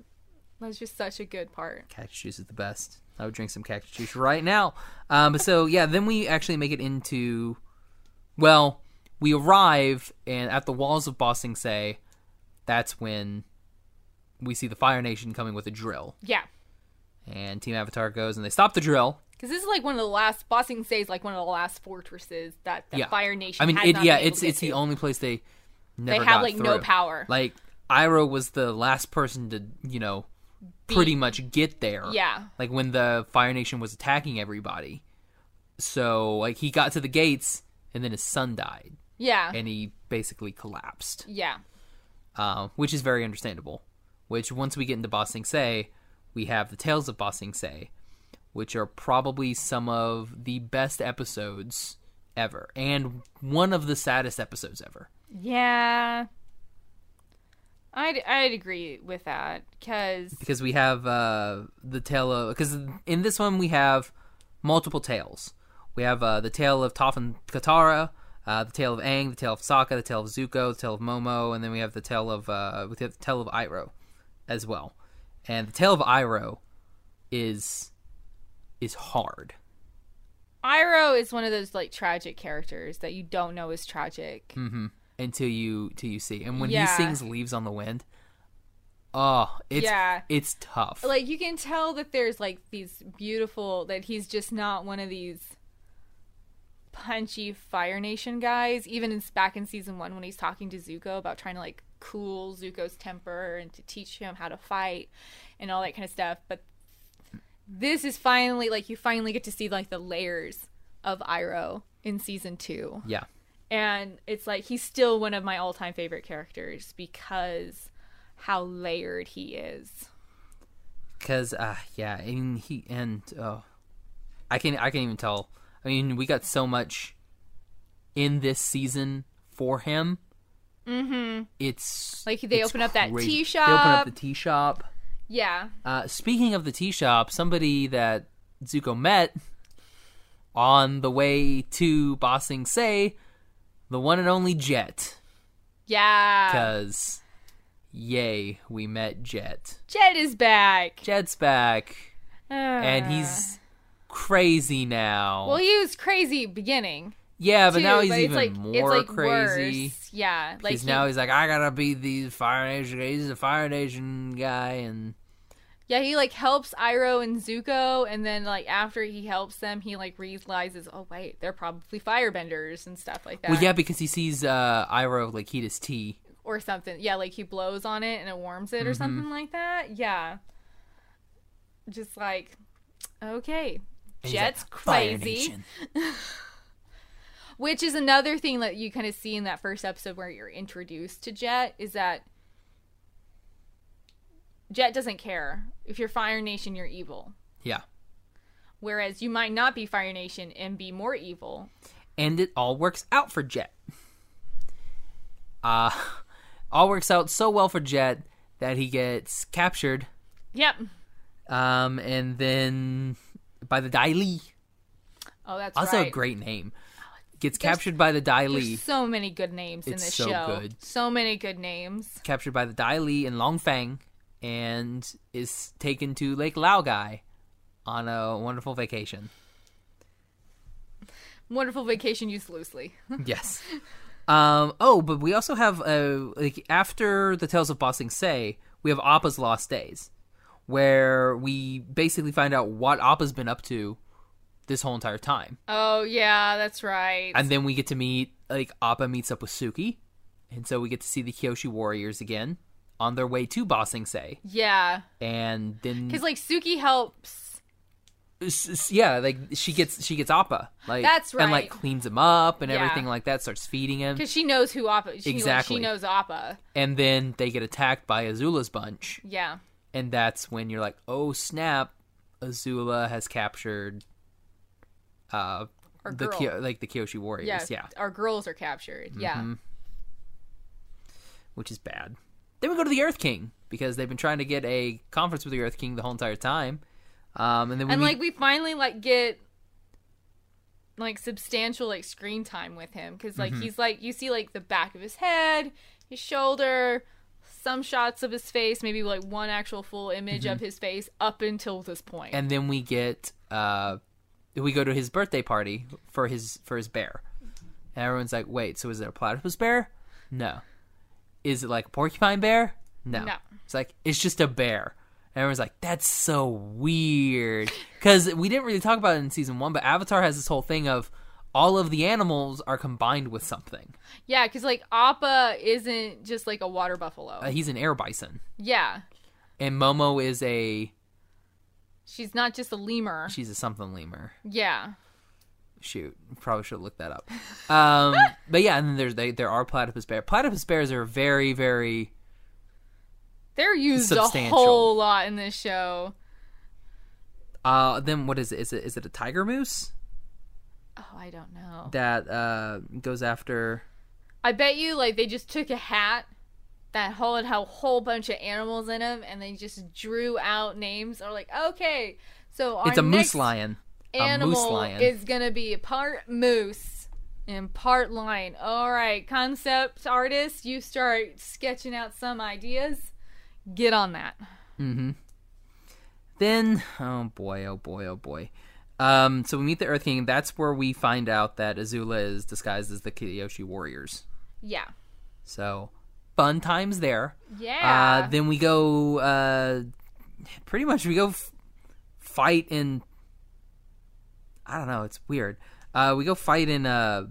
[SPEAKER 4] That's just such a good part.
[SPEAKER 3] Cactus juice is the best. I would drink some cactus juice right now. Um, so yeah, then we actually make it into, well, we arrive and at the walls of Bossing Say, that's when we see the Fire Nation coming with a drill,
[SPEAKER 4] Yeah.
[SPEAKER 3] and Team Avatar goes and they stop the drill.
[SPEAKER 4] Because this is like one of the last, Bossing Say is like one of the last fortresses that the
[SPEAKER 3] yeah,
[SPEAKER 4] Fire Nation
[SPEAKER 3] I mean,
[SPEAKER 4] has
[SPEAKER 3] it,
[SPEAKER 4] not
[SPEAKER 3] yeah,
[SPEAKER 4] been able
[SPEAKER 3] it's
[SPEAKER 4] to get
[SPEAKER 3] it's the
[SPEAKER 4] to.
[SPEAKER 3] only place they
[SPEAKER 4] They
[SPEAKER 3] never
[SPEAKER 4] have
[SPEAKER 3] got
[SPEAKER 4] like no
[SPEAKER 3] through.
[SPEAKER 4] power.
[SPEAKER 3] Like Iroh was the last person to you know pretty much get there.
[SPEAKER 4] Yeah.
[SPEAKER 3] Like when the Fire Nation was attacking everybody. So like he got to the gates and then his son died
[SPEAKER 4] yeah.
[SPEAKER 3] and he basically collapsed,
[SPEAKER 4] yeah.
[SPEAKER 3] uh, which is very understandable. Which once we get into Bossing Say, we have the tales of Bossing Say, which are probably some of the best episodes ever and one of the saddest episodes ever.
[SPEAKER 4] Yeah. I'd, I'd agree with that. Because,
[SPEAKER 3] because we have uh, the tale of because in this one we have multiple tales. We have uh, the tale of Toph and Katara, uh, the tale of Aang, the tale of Sokka, the tale of Zuko, the tale of Momo, and then we have the tale of uh, we have the tale of Iroh as well. And the tale of Iroh is is hard.
[SPEAKER 4] Iroh is one of those like tragic characters that you don't know is tragic.
[SPEAKER 3] until you till you see. And when
[SPEAKER 4] Yeah.
[SPEAKER 3] he sings "Leaves on the Wind," oh, it's
[SPEAKER 4] Yeah.
[SPEAKER 3] it's tough.
[SPEAKER 4] like you can tell that there's like these beautiful that he's just not one of these punchy Fire Nation guys. Even in back in season one when he's talking to Zuko about trying to like cool Zuko's temper and to teach him how to fight and all that kind of stuff. But this is finally like you finally get to see like the layers of Iroh in season two
[SPEAKER 3] yeah,
[SPEAKER 4] and it's like he's still one of my all-time favorite characters because how layered he is.
[SPEAKER 3] Cause uh yeah, and he and oh, I can I can even tell. I mean, we got so much in this season for him. Mm-hmm. It's
[SPEAKER 4] Like, they
[SPEAKER 3] it's
[SPEAKER 4] open up that
[SPEAKER 3] crazy.
[SPEAKER 4] tea
[SPEAKER 3] They open up
[SPEAKER 4] shop.
[SPEAKER 3] the tea shop.
[SPEAKER 4] Yeah.
[SPEAKER 3] Uh, speaking of the tea shop, somebody that Zuko met on the way to Bossing Say, the one and only Jet.
[SPEAKER 4] Yeah.
[SPEAKER 3] Cause yay, we met Jet.
[SPEAKER 4] Jed is back.
[SPEAKER 3] Jet's back.
[SPEAKER 4] Ah.
[SPEAKER 3] and he's crazy now.
[SPEAKER 4] Well, he was crazy beginning.
[SPEAKER 3] yeah, but
[SPEAKER 4] too,
[SPEAKER 3] now he's
[SPEAKER 4] but it's
[SPEAKER 3] even
[SPEAKER 4] like,
[SPEAKER 3] more
[SPEAKER 4] it's like
[SPEAKER 3] crazy.
[SPEAKER 4] Worse. Yeah. Like
[SPEAKER 3] Because
[SPEAKER 4] he-
[SPEAKER 3] now he's like, I gotta be the Fire Nation. guy." He's a Fire Nation guy, and
[SPEAKER 4] Yeah, he like helps Iroh and Zuko, and then like after he helps them, he like realizes, oh wait, they're probably firebenders and stuff like that,
[SPEAKER 3] well, yeah, because he sees uh, Iroh like heat his tea.
[SPEAKER 4] or something. Yeah, like he blows on it and it warms it or
[SPEAKER 3] Mm-hmm.
[SPEAKER 4] something like that. Yeah, just like okay,
[SPEAKER 3] and he's like,
[SPEAKER 4] Jet's
[SPEAKER 3] "Fire
[SPEAKER 4] crazy.
[SPEAKER 3] Nation."
[SPEAKER 4] Which is another thing that you kind of see in that first episode where you're introduced to Jet is that Jet doesn't care. If you're Fire Nation, you're evil.
[SPEAKER 3] Yeah,
[SPEAKER 4] Whereas you might not be Fire Nation and be more evil.
[SPEAKER 3] and it all works out for Jet. Uh all works out so well for Jet that he gets captured,
[SPEAKER 4] Yep.
[SPEAKER 3] um, and then by the Dai Li.
[SPEAKER 4] Oh, that's
[SPEAKER 3] Also a
[SPEAKER 4] right. Oh,
[SPEAKER 3] great name. Gets captured by the Dai Li.
[SPEAKER 4] There's so many good names in
[SPEAKER 3] It's
[SPEAKER 4] this
[SPEAKER 3] so
[SPEAKER 4] show.
[SPEAKER 3] good.
[SPEAKER 4] So many good names.
[SPEAKER 3] captured by the Dai Li and Long Fang and is taken to Lake Laogai on a wonderful vacation.
[SPEAKER 4] Wonderful vacation used loosely.
[SPEAKER 3] yes. Um, oh, but we also have uh, like after the Tales of Bossing Say, we have Appa's Lost Days, where we basically find out what Appa's been up to this whole entire time.
[SPEAKER 4] oh yeah, that's right.
[SPEAKER 3] And then we get to meet like Appa meets up with Suki, and so we get to see the Kyoshi warriors again on their way to Bossing Say.
[SPEAKER 4] yeah,
[SPEAKER 3] And then
[SPEAKER 4] because like Suki helps.
[SPEAKER 3] s- s- yeah, like she gets she gets Appa, like
[SPEAKER 4] That's
[SPEAKER 3] and like
[SPEAKER 4] right.
[SPEAKER 3] cleans him up and
[SPEAKER 4] Yeah.
[SPEAKER 3] everything like that, starts feeding him,
[SPEAKER 4] Because she knows who Appa. She, exactly.
[SPEAKER 3] Exactly.
[SPEAKER 4] she knows Appa.
[SPEAKER 3] and then they get attacked by Azula's bunch,
[SPEAKER 4] Yeah.
[SPEAKER 3] and that's when you're like, oh snap, Azula has captured, uh,
[SPEAKER 4] Our
[SPEAKER 3] the
[SPEAKER 4] girl.
[SPEAKER 3] Kyo- like the Kyoshi warriors,
[SPEAKER 4] yeah,
[SPEAKER 3] yeah, Mm-hmm.
[SPEAKER 4] Our girls are captured. Yeah.
[SPEAKER 3] which is bad. Then we go to the Earth King because they've been trying to get a conference with the Earth King the whole entire time, um, and then we
[SPEAKER 4] And
[SPEAKER 3] meet-
[SPEAKER 4] like we finally like get like substantial like screen time with him because
[SPEAKER 3] Mm-hmm.
[SPEAKER 4] like he's like you see like the back of his head, his shoulder, some shots of his face, maybe like one actual full image of his face up until this point.
[SPEAKER 3] Mm-hmm. and then we get uh we go to his birthday party for his for his bear and everyone's like wait so is it a platypus bear no is it like a porcupine bear no,
[SPEAKER 4] No.
[SPEAKER 3] it's like it's just a bear and everyone's like that's so weird because we didn't really talk about it in season one but avatar has this whole thing of all of the animals are combined with something
[SPEAKER 4] yeah, because like Appa isn't just like a water buffalo.
[SPEAKER 3] Uh, he's an air bison
[SPEAKER 4] yeah,
[SPEAKER 3] and momo is a
[SPEAKER 4] she's not just a lemur.
[SPEAKER 3] she's a something lemur
[SPEAKER 4] yeah,
[SPEAKER 3] shoot probably should look that up um but yeah and then there's they, there are platypus bear platypus bears are very very
[SPEAKER 4] they're used a
[SPEAKER 3] Substantial.
[SPEAKER 4] whole lot in this show.
[SPEAKER 3] uh then what is it is it is it a tiger moose
[SPEAKER 4] Oh, I don't know.
[SPEAKER 3] that uh goes after
[SPEAKER 4] I bet you like they just took a hat that whole had a whole bunch of animals in them, and they just drew out names. Or like, okay, so our
[SPEAKER 3] it's a moose
[SPEAKER 4] next
[SPEAKER 3] lion a
[SPEAKER 4] Animal
[SPEAKER 3] moose lion
[SPEAKER 4] is gonna be part moose and part lion. All right, concept artist, you start sketching out some ideas. Get on that.
[SPEAKER 3] then oh boy oh boy oh boy um so we meet the earth king that's where we find out that azula is disguised as the kyoshi warriors
[SPEAKER 4] Yeah,
[SPEAKER 3] so fun times there
[SPEAKER 4] yeah.
[SPEAKER 3] Uh, then we go. Uh, pretty much, we go f- fight in. I don't know. It's weird. Uh, we go fight in uh,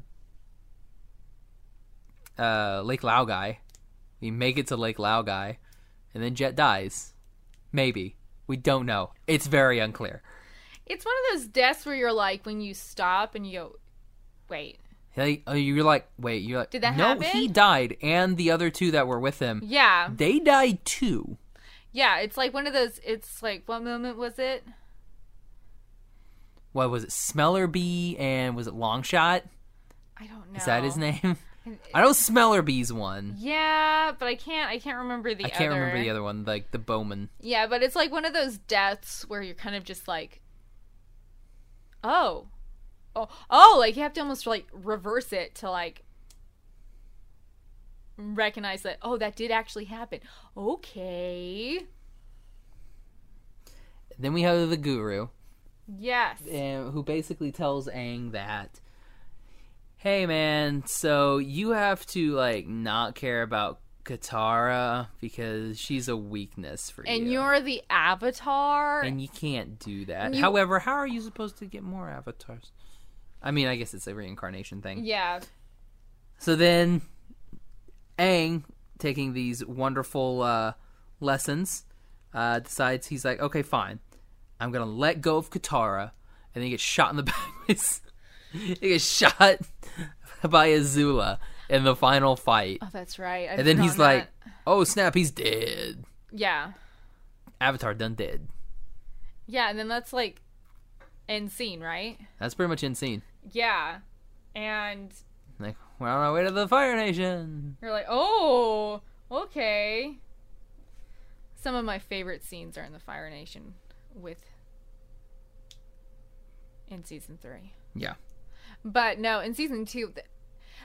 [SPEAKER 3] uh, Lake Laogai. We make it to Lake Laogai, and then Jet dies. Maybe we don't know. It's very unclear.
[SPEAKER 4] it's one of those deaths where you're like, when you stop and you go, wait,
[SPEAKER 3] Hey, oh, you're like, wait, you're like,
[SPEAKER 4] Did that
[SPEAKER 3] no,
[SPEAKER 4] happen?
[SPEAKER 3] he died, and the other two that were with him,
[SPEAKER 4] yeah.
[SPEAKER 3] they died too.
[SPEAKER 4] Yeah, it's like one of those. It's like what moment was it?
[SPEAKER 3] What was it? Smellerbee and was it Longshot?
[SPEAKER 4] I don't know.
[SPEAKER 3] Is that his name? I know Smellerbee's one.
[SPEAKER 4] Yeah, but I can't. I can't remember the.
[SPEAKER 3] I can't remember the other one, like the Bowman.
[SPEAKER 4] Yeah, but it's like one of those deaths where you're kind of just like, oh, oh, oh, like you have to almost like reverse it to like recognize that. Oh, that did actually happen. Okay.
[SPEAKER 3] Then we have the Guru,
[SPEAKER 4] Yes.
[SPEAKER 3] uh, who basically tells Aang that, "Hey, man, so you have to like not care about Katara because she's a weakness for
[SPEAKER 4] And
[SPEAKER 3] you,
[SPEAKER 4] you're the avatar.
[SPEAKER 3] and you can't do that.
[SPEAKER 4] you-
[SPEAKER 3] However, how are you supposed to get more avatars? I mean, I guess it's a reincarnation thing.
[SPEAKER 4] yeah.
[SPEAKER 3] So then, Aang, taking these wonderful uh, lessons, uh, decides he's like, okay, fine. I'm going to let go of Katara. And then he gets shot in the back. with- he gets shot by Azula in the final fight.
[SPEAKER 4] Oh, that's right. I
[SPEAKER 3] and then
[SPEAKER 4] forgot
[SPEAKER 3] he's
[SPEAKER 4] that.
[SPEAKER 3] like, oh, snap, he's dead.
[SPEAKER 4] yeah.
[SPEAKER 3] Avatar done dead.
[SPEAKER 4] Yeah, and then that's like end scene, right?
[SPEAKER 3] That's pretty much insane.
[SPEAKER 4] Yeah. And
[SPEAKER 3] Like, we're on our way to the Fire Nation.
[SPEAKER 4] you're like, oh, okay. Some of my favorite scenes are in the Fire Nation with in season three.
[SPEAKER 3] Yeah.
[SPEAKER 4] But no, in season two, th-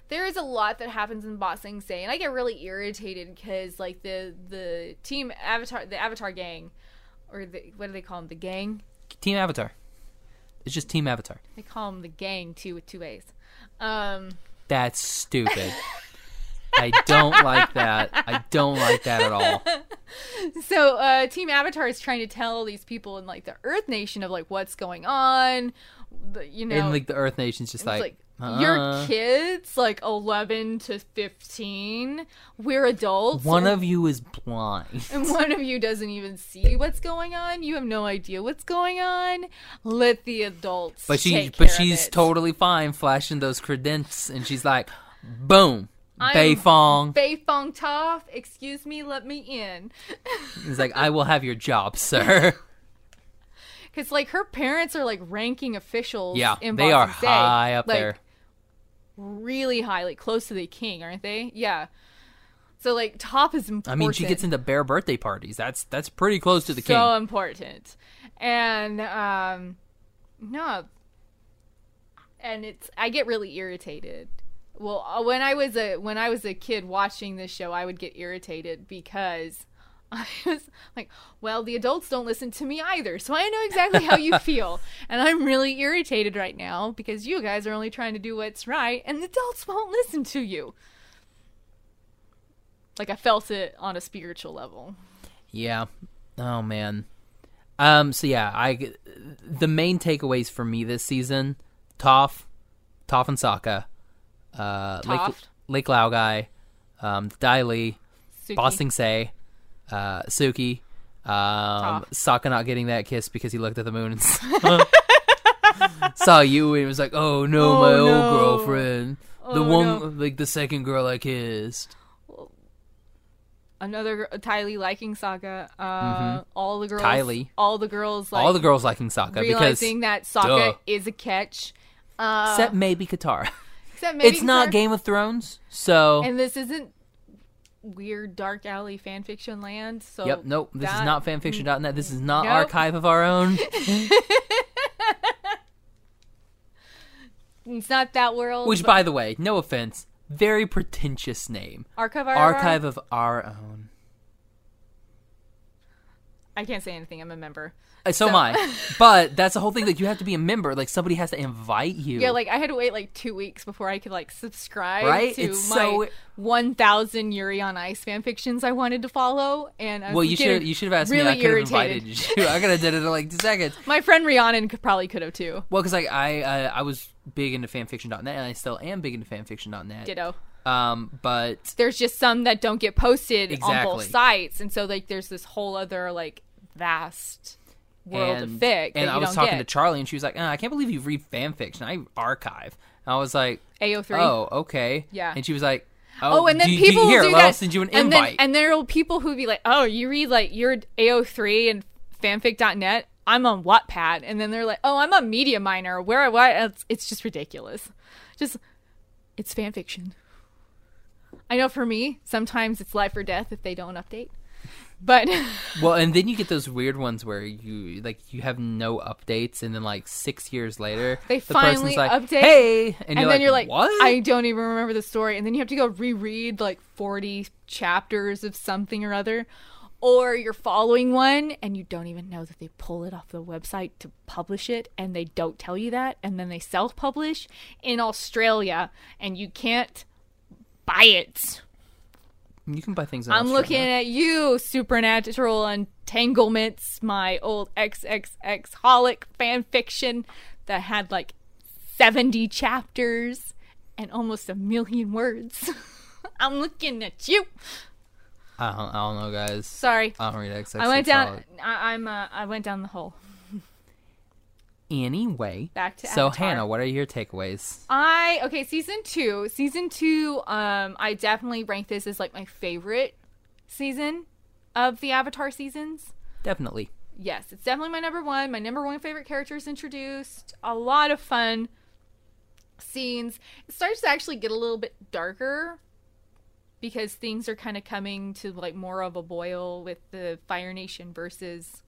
[SPEAKER 4] there is a lot that happens in Boss Sing Se, and I get really irritated because like the the team Avatar, the Avatar gang, or the what do they call them, the gang?
[SPEAKER 3] Team Avatar. It's just Team Avatar.
[SPEAKER 4] They call them the gang too with two A's. Um,
[SPEAKER 3] That's stupid. I don't like that. I don't like that at all.
[SPEAKER 4] so uh, team avatar is trying to tell these people in like the earth nation of like what's going on the, you know
[SPEAKER 3] And like the Earth Nation's just
[SPEAKER 4] it's
[SPEAKER 3] like,
[SPEAKER 4] like
[SPEAKER 3] uh,
[SPEAKER 4] your kids like 11 to 15 we're adults
[SPEAKER 3] one of you is blind.
[SPEAKER 4] and one of you doesn't even see what's going on you have no idea what's going on let the adults
[SPEAKER 3] But she,
[SPEAKER 4] take
[SPEAKER 3] but
[SPEAKER 4] care of
[SPEAKER 3] she's
[SPEAKER 4] it.
[SPEAKER 3] totally fine flashing those credence, and she's like, boom,
[SPEAKER 4] I'm-
[SPEAKER 3] Beifong.
[SPEAKER 4] Beifong Toph, excuse me, let me in.
[SPEAKER 3] He's like, I will have your job, sir.
[SPEAKER 4] Because like her parents are like ranking officials.
[SPEAKER 3] yeah,
[SPEAKER 4] in
[SPEAKER 3] they are
[SPEAKER 4] Boston State.
[SPEAKER 3] high up
[SPEAKER 4] Like,
[SPEAKER 3] there.
[SPEAKER 4] really high, like close to the king, aren't they? Yeah. So like top is
[SPEAKER 3] I
[SPEAKER 4] important.
[SPEAKER 3] mean, she gets into bear birthday parties. That's that's pretty close to the king.
[SPEAKER 4] so important, and um, no, and it's I get really irritated. Well, uh, when I was a when I was a kid watching this show, I would get irritated because I was like, well, the adults don't listen to me either, so I know exactly how you feel, and I'm really irritated right now because you guys are only trying to do what's right, and the adults won't listen to you. Like I felt it on a spiritual level.
[SPEAKER 3] Yeah. Oh man. Um. So yeah, I the main takeaways for me this season: Toph, Toph and Sokka, uh, Lake
[SPEAKER 4] Toph.
[SPEAKER 3] Lake Lao guy, um, Dai Li,
[SPEAKER 4] Suki.
[SPEAKER 3] Bossing Say, uh, Suki, um,
[SPEAKER 4] Toph.
[SPEAKER 3] Sokka not getting that kiss because he looked at the moon and saw, saw you and was like, "Oh no,
[SPEAKER 4] Oh,
[SPEAKER 3] my
[SPEAKER 4] no.
[SPEAKER 3] old girlfriend, the
[SPEAKER 4] Oh,
[SPEAKER 3] one
[SPEAKER 4] no.
[SPEAKER 3] like the second girl I kissed."
[SPEAKER 4] another gr- Tylee liking Sokka. Uh, All the girls,
[SPEAKER 3] Tylee.
[SPEAKER 4] all the girls, like
[SPEAKER 3] Mm-hmm. All the girls liking Sokka because
[SPEAKER 4] realizing that Sokka
[SPEAKER 3] duh.
[SPEAKER 4] is a catch. Uh,
[SPEAKER 3] except maybe Katara.
[SPEAKER 4] except maybe
[SPEAKER 3] it's not
[SPEAKER 4] Katara.
[SPEAKER 3] Game of Thrones, so
[SPEAKER 4] and this isn't weird dark alley fanfiction land. So
[SPEAKER 3] Yep, nope. This is
[SPEAKER 4] that-
[SPEAKER 3] not fanfiction.net. This is not
[SPEAKER 4] Nope.
[SPEAKER 3] archive of our own.
[SPEAKER 4] It's not that world.
[SPEAKER 3] Which,
[SPEAKER 4] but
[SPEAKER 3] by the way, no offense, very pretentious name.
[SPEAKER 4] archive
[SPEAKER 3] Archive of our own.
[SPEAKER 4] I can't say anything. I'm a member.
[SPEAKER 3] Uh, So, am I. But that's the whole thing. Like, you have to be a member. Like, somebody has to invite you.
[SPEAKER 4] Yeah, like I had to wait like two weeks before I could like subscribe
[SPEAKER 3] Right?
[SPEAKER 4] to
[SPEAKER 3] It's
[SPEAKER 4] my
[SPEAKER 3] so-
[SPEAKER 4] 1,000 Yuri on Ice fanfictions I wanted to follow. And I was
[SPEAKER 3] well, you
[SPEAKER 4] getting
[SPEAKER 3] should you should have asked
[SPEAKER 4] really
[SPEAKER 3] me. I could have
[SPEAKER 4] irritated.
[SPEAKER 3] invited you. I could have did it in like two seconds.
[SPEAKER 4] My friend Rhiannon could, probably could have too.
[SPEAKER 3] Well, because like I uh, I was big into fanfiction.net and I still am big into fanfiction.net.
[SPEAKER 4] Ditto.
[SPEAKER 3] Um, but
[SPEAKER 4] There's just some that don't get posted on
[SPEAKER 3] Exactly.
[SPEAKER 4] both sites, and so like there's this whole other like vast world
[SPEAKER 3] and,
[SPEAKER 4] of fic
[SPEAKER 3] and
[SPEAKER 4] that
[SPEAKER 3] I
[SPEAKER 4] you
[SPEAKER 3] was
[SPEAKER 4] don't
[SPEAKER 3] talking to
[SPEAKER 4] get.
[SPEAKER 3] Charlie and she was like, "Ah, I can't believe you read fanfiction. I archive. And I was like,
[SPEAKER 4] AO3.
[SPEAKER 3] Oh, okay.
[SPEAKER 4] Yeah.
[SPEAKER 3] And she was like, Oh,
[SPEAKER 4] Oh, and then
[SPEAKER 3] do,
[SPEAKER 4] people
[SPEAKER 3] do, here,
[SPEAKER 4] will do
[SPEAKER 3] well, I'll
[SPEAKER 4] that.
[SPEAKER 3] send you an
[SPEAKER 4] and
[SPEAKER 3] invite.
[SPEAKER 4] Then, and there will people who be like, "Oh, you read like your AO3 and fanfic.net. I'm on Wattpad." And then they're like, "Oh, I'm a media minor. Where what?" It's, it's just ridiculous. Just it's fanfiction. I know for me, sometimes it's life or death if they don't update. But
[SPEAKER 3] well, and then you get those weird ones where you like you have no updates, and then like six years later,
[SPEAKER 4] They
[SPEAKER 3] the
[SPEAKER 4] finally
[SPEAKER 3] person's like,
[SPEAKER 4] update,
[SPEAKER 3] Hey, and,
[SPEAKER 4] and
[SPEAKER 3] you're
[SPEAKER 4] then
[SPEAKER 3] like,
[SPEAKER 4] you're like,
[SPEAKER 3] what?
[SPEAKER 4] I don't even remember the story. And then you have to go reread like 40 chapters of something or other. Or you're following one and you don't even know that they pull it off the website to publish it and they don't tell you that. And then they self publish in Australia and you can't buy it.
[SPEAKER 3] you can buy things.
[SPEAKER 4] I'm looking at you, Supernatural Entanglements, my old XXX Holic fan fiction that had like 70 chapters and almost a million words. I'm looking at you.
[SPEAKER 3] I don't, I don't know, guys.
[SPEAKER 4] Sorry.
[SPEAKER 3] I don't read XX.
[SPEAKER 4] I went
[SPEAKER 3] it's
[SPEAKER 4] down.
[SPEAKER 3] all-
[SPEAKER 4] I, I'm. Uh, I went down the hole.
[SPEAKER 3] Anyway,
[SPEAKER 4] Back to
[SPEAKER 3] so
[SPEAKER 4] Avatar.
[SPEAKER 3] Hannah, what are your takeaways?
[SPEAKER 4] I okay, season two. Season two, um, I definitely rank this as like my favorite season of the Avatar seasons.
[SPEAKER 3] Definitely,
[SPEAKER 4] yes, it's definitely my number one. My number one favorite character is introduced. A lot of fun scenes. It starts to actually get a little bit darker because things are kind of coming to like more of a boil with the Fire Nation versus,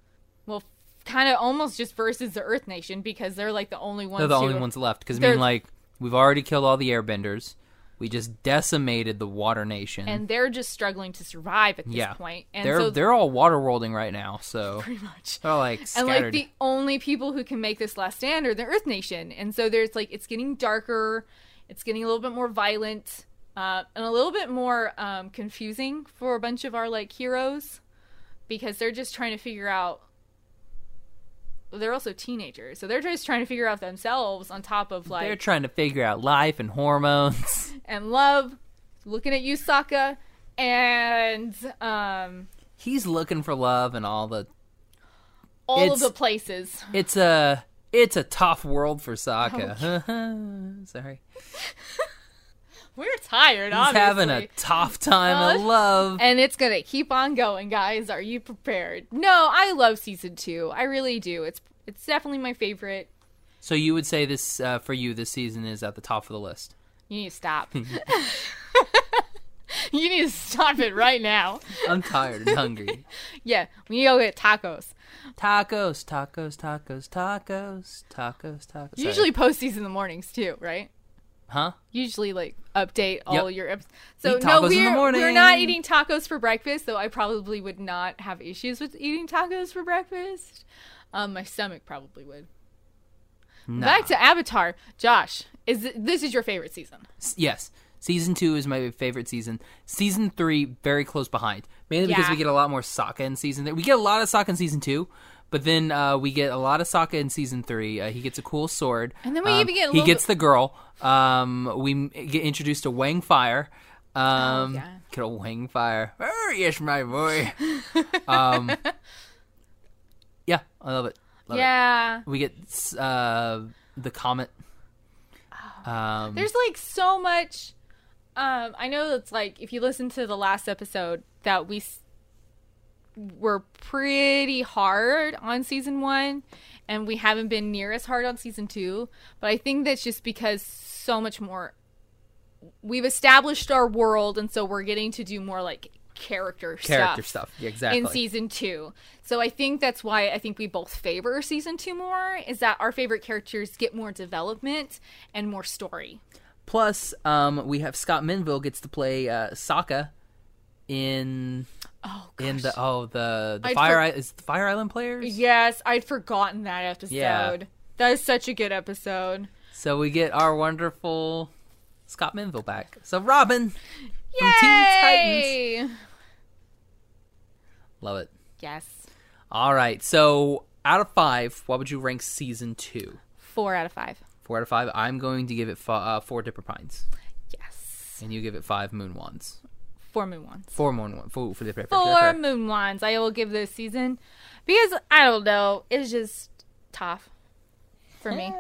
[SPEAKER 4] well, kind of almost just versus the Earth Nation because they're like the only ones.
[SPEAKER 3] they're the
[SPEAKER 4] who-
[SPEAKER 3] only ones left. Because I
[SPEAKER 4] They're-
[SPEAKER 3] mean, like, we've already killed all the Airbenders. We just decimated the Water Nation.
[SPEAKER 4] and they're just struggling to survive at this
[SPEAKER 3] yeah,
[SPEAKER 4] point. And
[SPEAKER 3] they're
[SPEAKER 4] so
[SPEAKER 3] they're all water worlding right now. So
[SPEAKER 4] pretty much.
[SPEAKER 3] they're like
[SPEAKER 4] and
[SPEAKER 3] scattered.
[SPEAKER 4] like the only people who can make this last stand are the earth nation and so there's like it's getting darker it's getting a little bit more violent uh, and a little bit more um, confusing for a bunch of our like heroes because they're just trying to figure out they're also teenagers so they're just trying to figure out themselves on top of like
[SPEAKER 3] They're trying to figure out life and hormones.
[SPEAKER 4] and love looking at you Sokka and um
[SPEAKER 3] He's looking for love and all the.
[SPEAKER 4] all
[SPEAKER 3] It's-
[SPEAKER 4] of the places
[SPEAKER 3] It's a it's a tough world for
[SPEAKER 4] Oh,
[SPEAKER 3] Sokka. Sorry,
[SPEAKER 4] we're tired
[SPEAKER 3] he's
[SPEAKER 4] obviously.
[SPEAKER 3] having a tough time of
[SPEAKER 4] Uh,
[SPEAKER 3] love.
[SPEAKER 4] And it's going to keep on going, guys. Are you prepared? No, I love season 2. I really do. It's it's definitely my favorite.
[SPEAKER 3] So you would say this uh, for you this season is at the top of the list.
[SPEAKER 4] You need to stop. you need to stop it right now.
[SPEAKER 3] I'm tired and hungry.
[SPEAKER 4] Yeah, we need to go get tacos.
[SPEAKER 3] Tacos, tacos, tacos, tacos, tacos, tacos.
[SPEAKER 4] You usually post these in the mornings too, right?
[SPEAKER 3] huh?
[SPEAKER 4] Usually, like update all your episodes. So
[SPEAKER 3] Eat
[SPEAKER 4] no,
[SPEAKER 3] tacos in the
[SPEAKER 4] we're we're
[SPEAKER 3] morning.
[SPEAKER 4] not eating tacos for breakfast. Though I probably would not have issues with eating tacos for breakfast. Um, my stomach probably would. Back to Avatar, Josh. Is th- this is your favorite season?
[SPEAKER 3] S- Yes. Season two is my favorite season. Season three, very close behind. Mainly because
[SPEAKER 4] Yeah.
[SPEAKER 3] we get a lot more Sokka in season three. We get a lot of Sokka in season two, but then uh, we get a lot of Sokka in season three. Uh, he gets a cool sword.
[SPEAKER 4] And then we
[SPEAKER 3] Um,
[SPEAKER 4] even get a
[SPEAKER 3] He
[SPEAKER 4] little
[SPEAKER 3] gets the girl. Um, we m- get introduced to Wang Fire. Um,
[SPEAKER 4] yeah.
[SPEAKER 3] Good old Wang Fire. Oh, yes, my boy. um, yeah, I love it. Love it.
[SPEAKER 4] yeah.
[SPEAKER 3] We get s- uh, the comet. Um,
[SPEAKER 4] There's like so much. Um, I know it's like if you listen to the last episode that we s- were pretty hard on season one, and we haven't been near as hard on season two. But I think that's just because so much more. We've established our world, and so we're getting to do more like character
[SPEAKER 3] character stuff. Yeah, exactly.
[SPEAKER 4] in season two. So I think that's why I think we both favor season two more is that our favorite characters get more development and more story.
[SPEAKER 3] Plus, um, we have Scott Minville gets to play uh, Sokka in
[SPEAKER 4] Oh,
[SPEAKER 3] in the oh the the
[SPEAKER 4] I'd
[SPEAKER 3] Fire
[SPEAKER 4] for-
[SPEAKER 3] I- is it the Fire Island players.
[SPEAKER 4] yes, I'd forgotten that episode.
[SPEAKER 3] Yeah.
[SPEAKER 4] That is such a good episode.
[SPEAKER 3] So we get our wonderful Scott Minville back. So Robin,
[SPEAKER 4] Yay!
[SPEAKER 3] Teen Titans. love it.
[SPEAKER 4] Yes,
[SPEAKER 3] All right, so out of five, what would you rank season two?
[SPEAKER 4] four out of five.
[SPEAKER 3] Four out of five. I'm going to give it fi- uh, four Dipper Pines,
[SPEAKER 4] Yes,
[SPEAKER 3] and you give it five Moon Wands.
[SPEAKER 4] four moon wands.
[SPEAKER 3] Four Moon Wands. Four for the
[SPEAKER 4] Four moon wands. I will give this season because I don't know. It's just tough for me.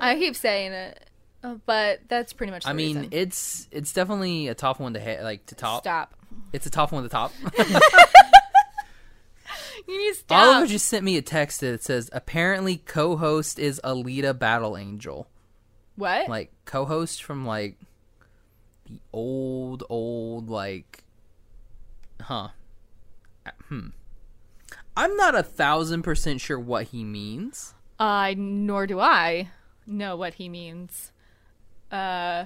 [SPEAKER 4] I keep saying it, uh, but that's pretty much. The
[SPEAKER 3] I mean,
[SPEAKER 4] reason.
[SPEAKER 3] it's it's definitely a tough one to hit, like to top.
[SPEAKER 4] Stop.
[SPEAKER 3] It's a tough one to top.
[SPEAKER 4] You need to stop.
[SPEAKER 3] Oliver just sent me a text that says apparently co-host is Alita Battle Angel.
[SPEAKER 4] what?
[SPEAKER 3] Like co-host from like the old old like huh. Uh, Hmm. I'm not a thousand percent sure what he means.
[SPEAKER 4] I nor do I know what he means. Uh,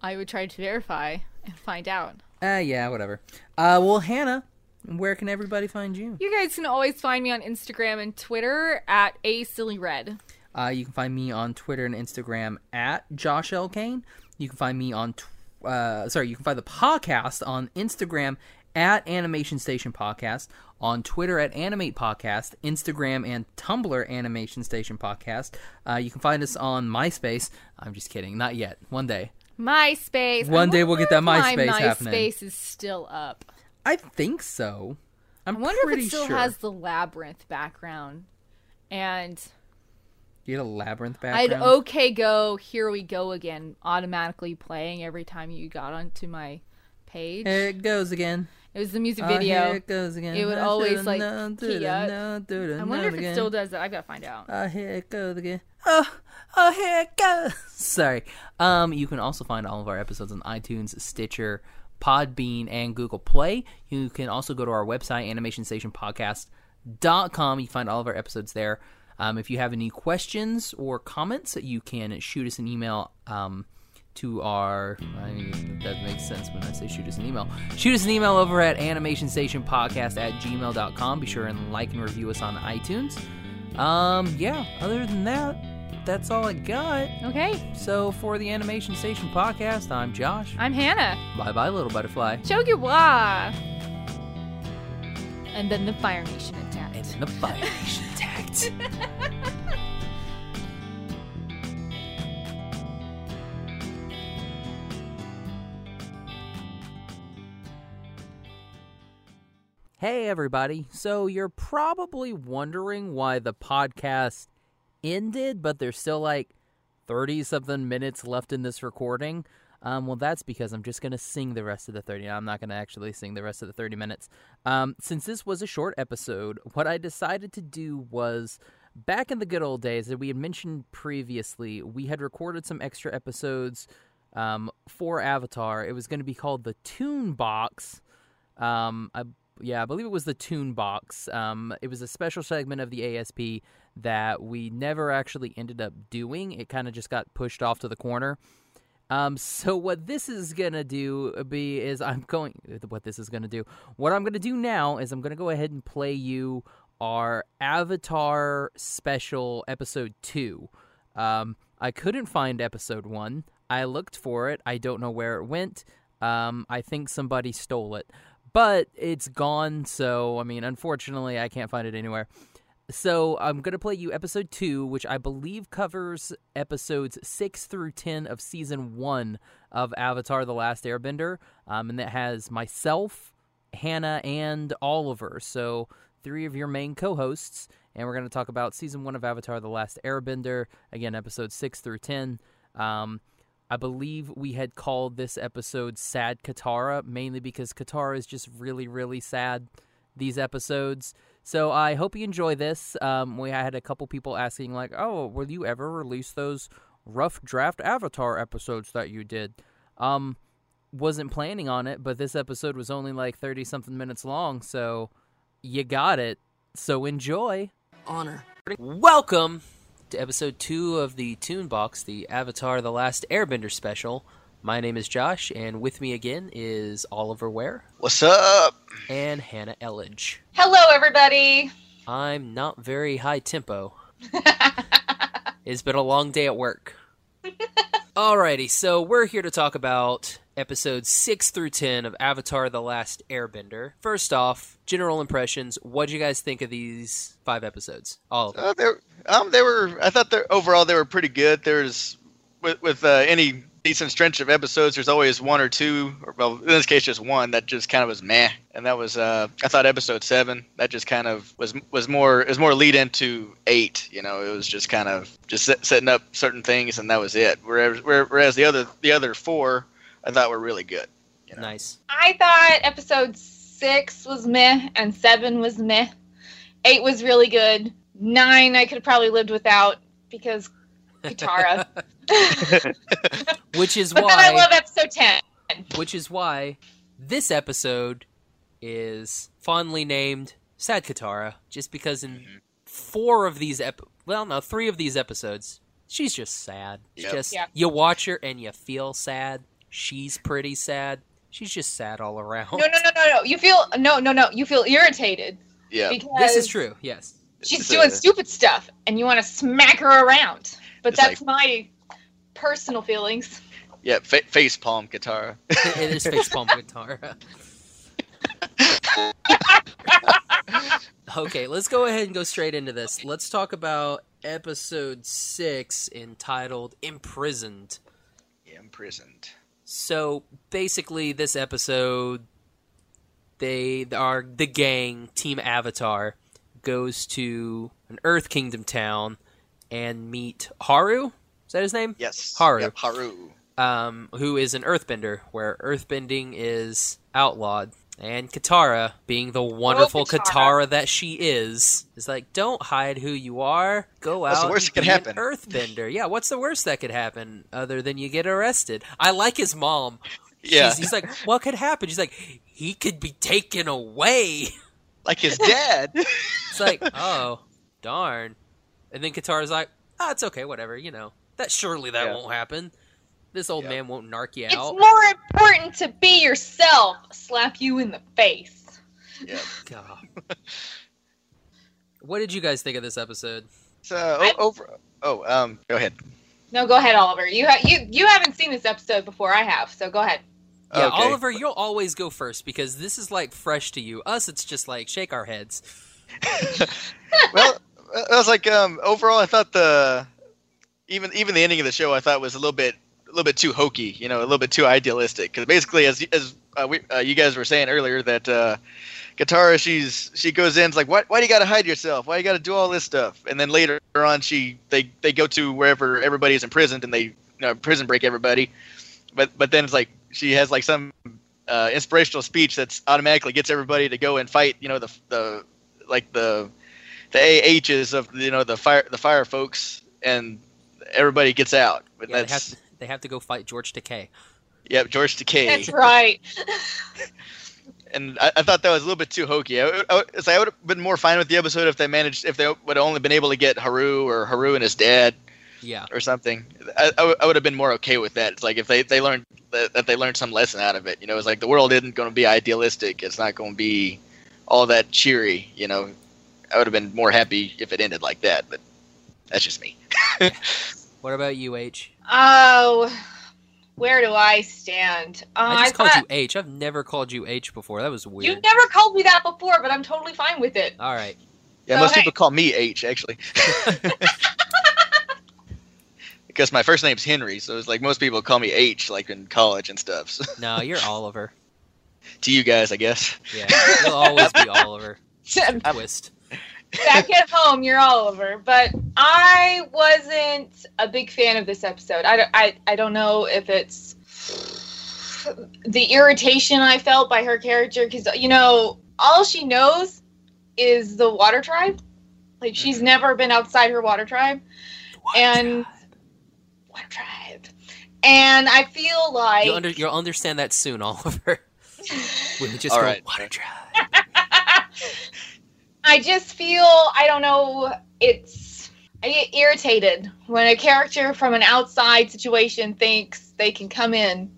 [SPEAKER 4] I would try to verify and find out.
[SPEAKER 3] Ah, yeah, whatever. Uh, well, Hannah, where can everybody find you?
[SPEAKER 4] You guys can always find me on Instagram and Twitter at a silly red.
[SPEAKER 3] Uh, you can find me on Twitter and Instagram at Josh L. Kane. You can find me on, tw- uh, sorry, you can find the podcast on Instagram at Animation Station Podcast, on Twitter at Animate Podcast, Instagram and Tumblr Animation Station Podcast. Uh, you can find us on MySpace. I'm just kidding, not yet. One day.
[SPEAKER 4] MySpace. I
[SPEAKER 3] One day we'll get
[SPEAKER 4] wonder
[SPEAKER 3] that
[SPEAKER 4] if
[SPEAKER 3] MySpace
[SPEAKER 4] my
[SPEAKER 3] happening.
[SPEAKER 4] MySpace is still up.
[SPEAKER 3] I think so. I'm
[SPEAKER 4] I wonder if
[SPEAKER 3] pretty
[SPEAKER 4] it still
[SPEAKER 3] sure.
[SPEAKER 4] has the labyrinth background. And
[SPEAKER 3] you had a labyrinth
[SPEAKER 4] I had
[SPEAKER 3] background.
[SPEAKER 4] OK Go, Here We Go Again automatically playing every time you got onto my page.
[SPEAKER 3] Here it goes again.
[SPEAKER 4] It was the music
[SPEAKER 3] Ah,
[SPEAKER 4] video.
[SPEAKER 3] here it goes again.
[SPEAKER 4] It would
[SPEAKER 3] I
[SPEAKER 4] always,
[SPEAKER 3] should've
[SPEAKER 4] like,
[SPEAKER 3] known,
[SPEAKER 4] key
[SPEAKER 3] did
[SPEAKER 4] up.
[SPEAKER 3] know, did
[SPEAKER 4] I wonder if
[SPEAKER 3] know
[SPEAKER 4] it
[SPEAKER 3] again.
[SPEAKER 4] still does that. I gotta find out.
[SPEAKER 3] Oh, here it goes again. Oh, oh, here it goes. Sorry. Um, you can also find all of our episodes on iTunes, Stitcher, Podbean, and Google Play. You can also go to our website, animationstationpodcast.com. You can find all of our episodes there. Um, if you have any questions or comments, you can shoot us an email. Um, to our I mean that makes sense when I say shoot us an email. Shoot us an email over at animationstationpodcast at gmail.com. Be sure and like and review us on iTunes. Um, yeah, other than that, that's all I got.
[SPEAKER 4] Okay,
[SPEAKER 3] So for the Animation Station podcast, I'm Josh.
[SPEAKER 4] I'm Hannah.
[SPEAKER 3] Bye bye, little butterfly.
[SPEAKER 4] Chogiwa. And then the Fire Nation attack.
[SPEAKER 3] It's in the fire nation tact. Hey, everybody. So, you're probably wondering why the podcast ended, but there's still like 30 something minutes left in this recording. Um, well, that's because I'm just going to sing the rest of the 30. I'm not going to actually sing the rest of the 30 minutes. Um, since this was a short episode, what I decided to do was back in the good old days that we had mentioned previously, we had recorded some extra episodes um, for Avatar. It was going to be called the Tune Box. Um, I Yeah, I believe it was the Tune Box. Um, it was a special segment of the ASP that we never actually ended up doing. It kind of just got pushed off to the corner. Um, so what this is gonna do uh, be is I'm going. What this is gonna do. What I'm gonna do now is I'm gonna go ahead and play you our Avatar special episode two. Um, I couldn't find episode one. I looked for it. I don't know where it went. Um, I think somebody stole it, but it's gone. So I mean, unfortunately, I can't find it anywhere. So I'm going to play you episode two, which I believe covers episodes six through 10 of season one of Avatar The Last Airbender. Um, and that has myself, Hannah, and Oliver. So three of your main co hosts. And we're going to talk about season one of Avatar The Last Airbender. Again, episodes six through 10. Um, I believe we had called this episode Sad Katara, mainly because Katara is just really, really sad these episodes. So I hope you enjoy this. Um, we had a couple people asking, like, "Oh, will you ever release those rough draft Avatar episodes that you did?" Um, wasn't planning on it, but this episode was only like thirty something minutes long, so you got it. So enjoy.
[SPEAKER 5] honor.
[SPEAKER 3] Welcome to episode two of the Toon Box, the Avatar: The Last Airbender special. My name is Josh, and with me again is Oliver Ware
[SPEAKER 6] What's up?
[SPEAKER 3] and Hannah Elledge.
[SPEAKER 7] Hello, everybody.
[SPEAKER 3] I'm not very high tempo. it's been a long day at work. Alrighty, so we're here to talk about episodes 6 through 10 of Avatar The Last Airbender. First off, general impressions. What'd you guys think of these five episodes? All of them.
[SPEAKER 6] Uh, they, um, they were. I thought they overall they were pretty good. There's with with uh, any decent stretch of episodes, there's always one or two, or well, in this case, just one that just kind of was meh. And that was uh, I thought episode seven that just kind of was was more it was more lead into eight. You know, it was just kind of just set, setting up certain things, and that was it. Whereas where- whereas the other the other four I thought were really good. you know.
[SPEAKER 3] Nice.
[SPEAKER 7] I thought episode six was meh and seven was meh. Eight was really good. Nine I could have probably lived without because Katara.
[SPEAKER 3] Which is
[SPEAKER 7] but then I love
[SPEAKER 3] why
[SPEAKER 7] episode ten.
[SPEAKER 3] which is why this episode is fondly named Sad Katara, just because in four of these ep well, no, three of these episodes, she's just sad. It's
[SPEAKER 6] Yep.
[SPEAKER 3] Just
[SPEAKER 7] Yeah.
[SPEAKER 3] you watch her and you feel sad. She's pretty sad. She's just sad all around.
[SPEAKER 7] No, no, no, no, no. You feel no, no, no. You feel irritated
[SPEAKER 6] Yeah.
[SPEAKER 7] because
[SPEAKER 3] This is true. Yes.
[SPEAKER 7] she's
[SPEAKER 6] It's,
[SPEAKER 7] doing
[SPEAKER 6] uh,
[SPEAKER 7] stupid stuff, and you want to smack her around. But
[SPEAKER 6] It's
[SPEAKER 7] that's my personal feelings.
[SPEAKER 6] Yeah. Fa- face palm Katara.
[SPEAKER 3] it is face palm with Tara. okay, let's go ahead and go straight into this. Let's talk about episode six entitled Imprisoned.
[SPEAKER 6] Imprisoned.
[SPEAKER 3] So basically, this episode, they are the gang Team Avatar goes to an Earth Kingdom town and meet Haru. Is that his name?
[SPEAKER 6] Yes.
[SPEAKER 3] Haru.
[SPEAKER 6] Yep, Haru.
[SPEAKER 3] um, who is an earthbender, where earthbending is outlawed. And Katara, being the wonderful Katara.
[SPEAKER 7] Katara.
[SPEAKER 3] that she is, is like, don't hide who you are. Go
[SPEAKER 6] What's
[SPEAKER 3] out.
[SPEAKER 6] the worst
[SPEAKER 3] and
[SPEAKER 6] that could
[SPEAKER 3] be an
[SPEAKER 6] happen?"
[SPEAKER 3] earthbender. Yeah, what's the worst that could happen other than you get arrested? I like his mom.
[SPEAKER 6] Yeah.
[SPEAKER 3] She's- he's like, what could happen? She's like, he could be taken away.
[SPEAKER 6] like his dad.
[SPEAKER 3] It's like, oh, darn. And then Katara's like, ah, it's okay, whatever, you know. That surely that
[SPEAKER 6] Yeah.
[SPEAKER 3] won't happen. This old
[SPEAKER 6] Yeah.
[SPEAKER 3] man won't narc you
[SPEAKER 7] It's
[SPEAKER 3] out.
[SPEAKER 7] more important to be yourself. Slap you in the face.
[SPEAKER 6] yeah.
[SPEAKER 3] God. what did you guys think of this episode?
[SPEAKER 6] So o- over. Oh, um, go ahead.
[SPEAKER 7] No, go ahead, Oliver. You ha- you you haven't seen this episode before. I have, so go ahead.
[SPEAKER 3] Yeah,
[SPEAKER 6] Okay.
[SPEAKER 3] Oliver, you'll always go first because this is like fresh to you. Us, it's just like shake our heads.
[SPEAKER 6] well, I was like, um, overall, I thought the even even the ending of the show, I thought was a little bit a little bit too hokey, you know, a little bit too idealistic. Because basically, as as uh, we, uh, you guys were saying earlier, that uh, Katara, she's she goes in, it's like, why why do you got to hide yourself? Why you got to do all this stuff? And then later on, she they they go to wherever everybody's imprisoned, and they you know, prison break everybody. But but then it's like she has like some uh, inspirational speech that's automatically gets everybody to go and fight, you know, the the like the the AHs of you know the fire the fire folks and everybody gets out. But
[SPEAKER 3] Yeah, they, have
[SPEAKER 6] that's
[SPEAKER 3] to, they have to go fight George Takei.
[SPEAKER 6] yep, George Takei.
[SPEAKER 7] That's right.
[SPEAKER 6] and I, I thought that was a little bit too hokey. I, would- I, would- it's like I would have been more fine with the episode if they managed if they would have only been able to get Haru or Haru and his dad
[SPEAKER 3] Yeah.
[SPEAKER 6] or something. I, I, would- I would have been more okay with that. It's like if they they learned that, that they learned some lesson out of it. You know, it's like the world isn't going to be idealistic. It's not going to be all that cheery. You know, I would have been more happy if it ended like that. But that's just me.
[SPEAKER 3] What about you, H?
[SPEAKER 4] Oh, where do I stand? Uh,
[SPEAKER 3] I just
[SPEAKER 4] I
[SPEAKER 3] called
[SPEAKER 4] thought-
[SPEAKER 3] you H. I've never called you H before. That was weird.
[SPEAKER 4] You've never called me that before, but I'm totally fine with it.
[SPEAKER 3] All right.
[SPEAKER 6] Yeah,
[SPEAKER 4] So,
[SPEAKER 6] most
[SPEAKER 4] hey.
[SPEAKER 6] people call me H actually. Because my first name's Henry, so it's like most people call me H, like in college and stuff. So,
[SPEAKER 3] No, you're Oliver.
[SPEAKER 6] to you guys, I guess.
[SPEAKER 3] Yeah. You'll always be Oliver. Twist.
[SPEAKER 4] Back at home, you're Oliver, but I wasn't a big fan of this episode. I, don't- I, I don't know if it's the irritation I felt by her character, because, you know, all she knows is the water tribe. Like, she's
[SPEAKER 6] Mhm.
[SPEAKER 4] never been outside her water tribe. and. Water tribe. And I feel like.
[SPEAKER 3] You'll, under, you'll understand that soon, Oliver. When we just
[SPEAKER 6] All
[SPEAKER 3] go
[SPEAKER 6] right.
[SPEAKER 3] water drive.
[SPEAKER 4] I just feel I don't know. It's I get irritated when a character from an outside situation thinks they can come in